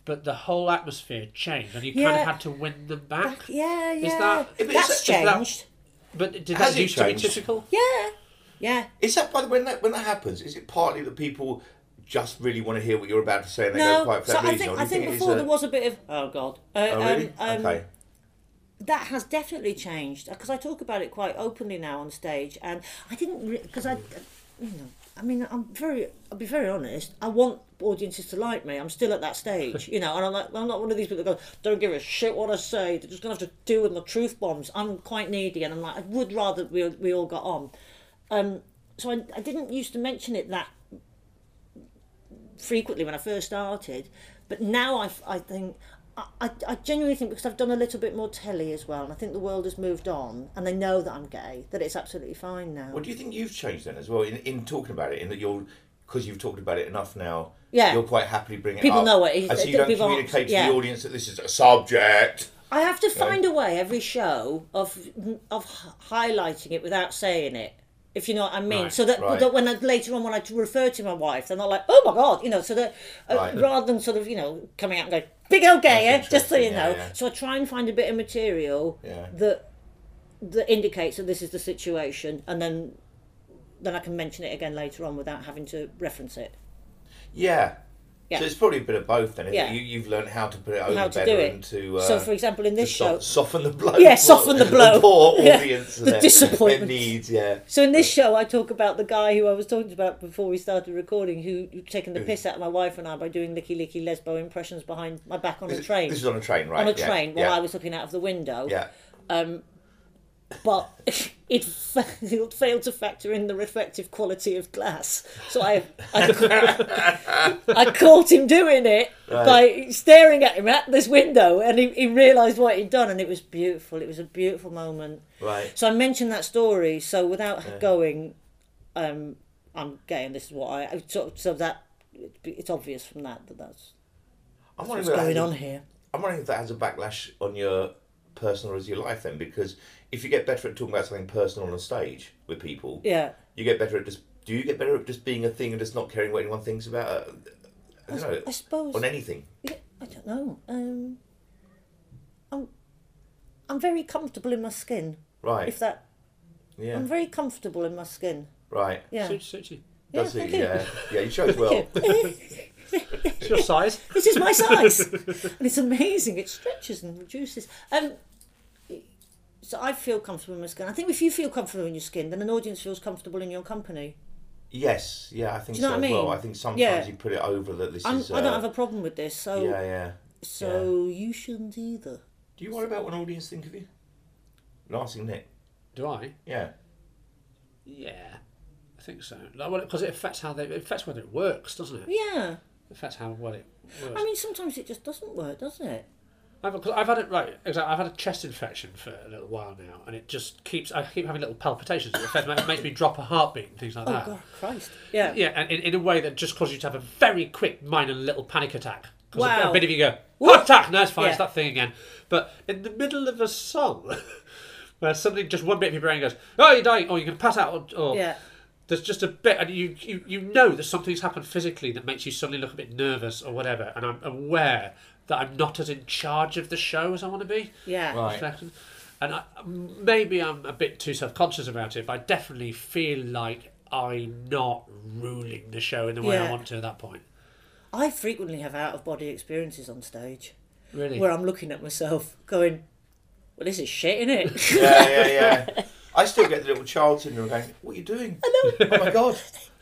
S3: But the whole atmosphere changed, and you kind
S4: Yeah.
S3: of had to win them back.
S4: yeah, yeah.
S3: that- if it's-
S4: That's
S2: is that-
S4: changed.
S3: But did
S2: Has
S3: that
S2: it
S3: used to be
S2: changed?
S3: typical?
S4: Yeah. Yeah.
S2: Is that by the way when that when that happens? Is it partly that people just really want to hear what you're about to say and they
S4: No.
S2: go quiet for
S4: so
S2: that
S4: I
S2: reason?
S4: think
S2: or
S4: I
S2: do you
S4: think
S2: it is
S4: before
S2: a-
S4: there was a bit of oh god. Uh,
S2: Oh really?
S4: um, um,
S2: okay.
S4: That has definitely changed because I talk about it quite openly now on stage, and I didn't because I, you know, I mean, I'm very, I'll be very honest. I want audiences to like me. I'm still at that stage, you know, and I'm like, I'm not one of these people that go, don't give a shit what I say. They're just gonna have to deal with my truth bombs. I'm quite needy, and I'm like, I would rather we we all got on. Um, so I, I didn't used to mention it that frequently when I first started, but now I, I think I, I, I genuinely think because I've done a little bit more telly as well, and I think the world has moved on, and they know that I'm gay, that it's absolutely fine now.
S2: Well, do you think you've changed then as well in, in talking about it? In that you're because you've talked about it enough now.
S4: Yeah.
S2: You'll quite happily bring it
S4: People
S2: up.
S4: know it.
S2: And so you
S4: People-
S2: don't communicate to
S4: yeah.
S2: the audience that this is a subject.
S4: I have to find a way every show of of h- highlighting it without saying it. If you know what I mean,
S3: Right,
S4: so that,
S2: right.
S4: that when I, later on when I refer to my wife, they're not like, "Oh my god," you know. So that uh,
S2: Right.
S4: rather than sort of you know coming out and going, "Big old gay," eh?
S2: That's
S4: just so you
S2: interesting,
S4: know.
S2: yeah, yeah.
S4: So I try and find a bit of material
S2: Yeah.
S4: that that indicates that this is the situation, and then then I can mention it again later on without having to reference it.
S2: Yeah.
S4: Yeah.
S2: So it's probably a bit of both then. isn't it?
S4: Yeah.
S2: You, you've learned how to put it over
S4: How to
S2: better
S4: do it.
S2: and to. Uh,
S4: so, for example, in this
S2: to
S4: show,
S2: soft- soften the blow.
S4: Yeah,
S2: for
S4: soften the blow.
S2: poor
S4: Yeah.
S2: audience.
S4: The
S2: and their-
S4: disappointment.
S2: Their needs, yeah.
S4: So in this show, I talk about the guy who I was talking about before we started recording, who who'd taken the piss out of my wife and I by doing licky licky lesbo impressions behind my back on a train.
S2: This is on a train, right?
S4: on a
S2: yeah,
S4: train
S2: Yeah.
S4: while I was looking out of the window.
S2: yeah.
S4: But it, fa- it failed to factor in the reflective quality of glass. So I I, I caught him doing it by staring at him at this window, and he, he realised what he'd done, and it was beautiful. It was a beautiful moment.
S2: Right.
S4: So I mentioned that story. So without going, um, I'm gay, and this is what I. I- So, so that it's obvious from that that that's
S2: I'm wondering
S4: what's
S2: whether that
S4: going
S2: has a-
S4: on here.
S2: I'm wondering if that has a backlash on your personal or as your life then, because if you get better at talking about something personal on stage with people,
S4: Yeah.
S2: you get better at just. Do you get better at just being a thing and just not caring what anyone thinks about? Uh, I don't know.
S4: I suppose-
S2: on anything.
S4: Yeah, I don't know. Um, I'm, I'm very comfortable in my skin.
S2: Right.
S4: If that,
S2: yeah.
S4: I'm very comfortable in my skin.
S2: right.
S4: Yeah.
S3: Suits, suits you.
S4: yeah,
S2: Does
S4: thank
S2: it?
S4: you.
S2: Yeah. Yeah. You chose well.
S4: Thank
S3: It's your size.
S4: this is my size and it's amazing it stretches and reduces um so I feel comfortable in my skin. I think if you feel comfortable in your skin, then an audience feels comfortable in your company.
S2: Yes. Yeah. I think
S4: you know
S2: so
S4: what I
S2: as well.
S4: mean?
S2: I think sometimes
S4: Yeah.
S2: you put it over that this
S4: I'm,
S2: is. Uh,
S4: I don't have a problem with this, so
S2: Yeah. Yeah.
S4: so you shouldn't either.
S2: Do you worry about what an audience think of you? Lasting Nick.
S3: Do I?
S2: Yeah.
S3: Yeah. I think so. Like, well, because it affects how they, it affects whether it works, doesn't it? It
S4: Yeah,
S3: affects how well it works.
S4: I mean sometimes it just doesn't work, does it?
S3: I've, 'cause I've had it right. Exactly. I've had a chest infection for a little while now, and it just keeps. I keep having little palpitations. It affects- it makes me drop a heartbeat and things like
S4: Oh
S2: Ah.
S3: that.
S4: God, Christ! Yeah,
S3: Yeah, and in, in a way that just causes you to have a very quick, minor little panic attack. 'Cause
S4: Wow.
S3: A bit of you go, heart attack! No, it's fine, it's
S4: Yeah.
S3: that thing again. But in the middle of a song, where something, just one bit of your brain goes, oh, you're dying, or you're going to pass out, or, or
S4: Yeah.
S3: there's just a bit, and you, you, you know that something's happened physically that makes you suddenly look a bit nervous or whatever, and I'm aware that I'm not as in charge of the show as I want to be
S4: yeah.
S2: Right.
S3: reflection. And I, maybe I'm a bit too self conscious about it, but I definitely feel like I'm not ruling the show in the way
S4: Yeah.
S3: I want to at that point.
S4: I frequently have out of body experiences on stage
S3: Really?
S4: where I'm looking at myself, going, "Well, this is shit, isn't it?"
S2: Yeah. Yeah. Yeah. I still get the little child syndrome going, What are you doing? I know. Oh my God.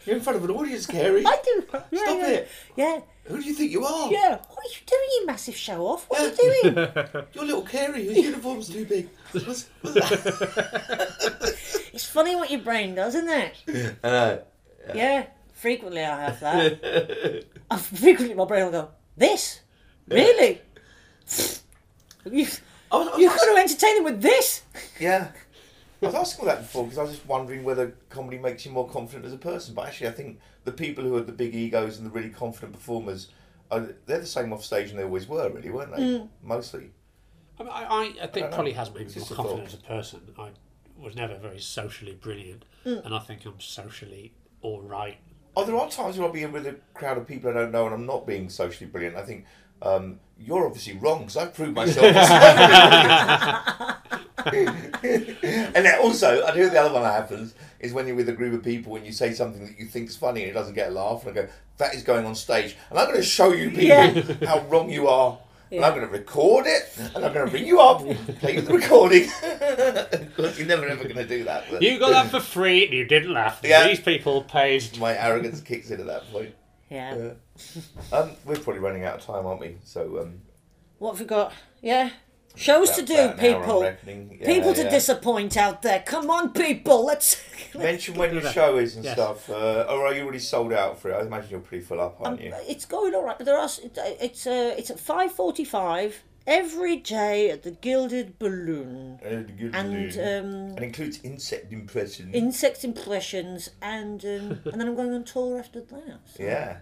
S2: You're in front of an audience, Gary.
S4: I do. Yeah,
S2: Stop
S4: yeah.
S2: it.
S4: Yeah.
S2: Who do you think you are?
S4: Yeah. What are you doing, you massive show off? What are you doing?
S2: Your little Carey, his uniform's too big. What's- what's that?
S4: it's funny what your brain does, isn't it?
S2: I know.
S4: Yeah. Frequently I have that. I frequently my brain will go, This? Really?
S2: I
S4: you
S2: was, I was
S4: you've
S2: asking-
S4: got to entertain them with this?
S2: yeah. I was asking that before because I was just wondering whether comedy makes you more confident as a person. But actually, I think the people who are the big egos and the really confident performers, are, they're the same off stage and they always were, really, weren't they? Mostly.
S3: I, mean, I, I, I think
S2: know.
S3: probably has made
S2: It's
S3: me more
S2: just a
S3: confident as
S2: thought.
S3: a person. I was never very socially brilliant, and I think I'm socially all right.
S2: Oh, there are times where I'll be in with a crowd of people I don't know and I'm not being socially brilliant. I think um, you're obviously wrong because I've proved myself. as socially brilliant. and then also, I know the other one that happens is when you're with a group of people and you say something that you think is funny and it doesn't get a laugh, and I go, "That is going on stage," and I'm going to show you people
S4: Yeah.
S2: how wrong you are. And I'm going to record it, and I'm going to bring you up, play with the recording. you're never ever going to do that. But
S3: You got that for free, and you didn't laugh.
S2: Yeah.
S3: These people paid.
S2: my arrogance kicks in at that point.
S4: Yeah.
S2: Yeah. Um, we're probably running out of time, aren't we? So um,
S4: What have we got? Yeah. Shows to
S2: about-
S4: do,
S2: about an hour, I'm
S4: people.
S2: reckoning. Yeah,
S4: people to
S2: yeah.
S4: disappoint out there. Come on, people. Let's.
S2: Mention when your
S3: that.
S2: show is and
S3: Yes.
S2: stuff. Uh, or are you already sold out for it? I
S4: Um, uh,
S2: imagine you're pretty full up, aren't you?
S4: It's going all right. There are. s- It's uh, it's at five forty-five every day at the Gilded Balloon and um,
S2: and includes insect impression.
S4: insect impressions, and um, and then I'm going on tour after that. So
S2: yeah.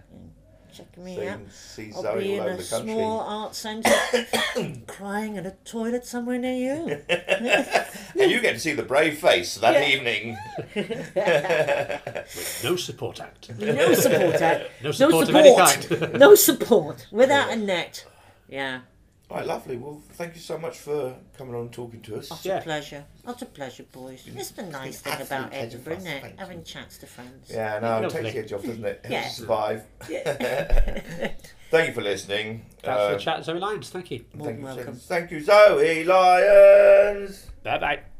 S4: check me
S2: So you
S4: out.
S2: can see
S4: I'll
S2: Zoe
S4: be
S2: all
S4: in
S2: over
S4: a
S2: the country.
S4: small art centre crying in a toilet somewhere near you.
S2: And you get to see the brave face that
S4: Yeah.
S2: evening.
S3: No support act.
S4: No support, eh?
S3: No
S4: no
S3: support, of any kind.
S4: support, no support, without a net. Yeah,
S2: Right, lovely. Well, thank you so much for coming on and talking to us.
S4: it's
S3: Yeah.
S4: a pleasure. It's a pleasure, boys. It's the nice
S2: been
S4: thing about
S2: absolute pleasure for
S4: Edinburgh,
S2: us,
S4: isn't it?
S2: thank you.
S4: Having chats to friends.
S2: Yeah, no, it
S3: Lovely.
S2: takes the edge off, doesn't it?
S4: Yeah.
S2: Helps us survive. thank you for listening.
S3: That's
S2: Uh,
S3: the chat, Zoe Lyons. Thank you.
S2: thank, you,
S4: welcome.
S2: thank you, Zoe Lyons.
S3: Bye bye.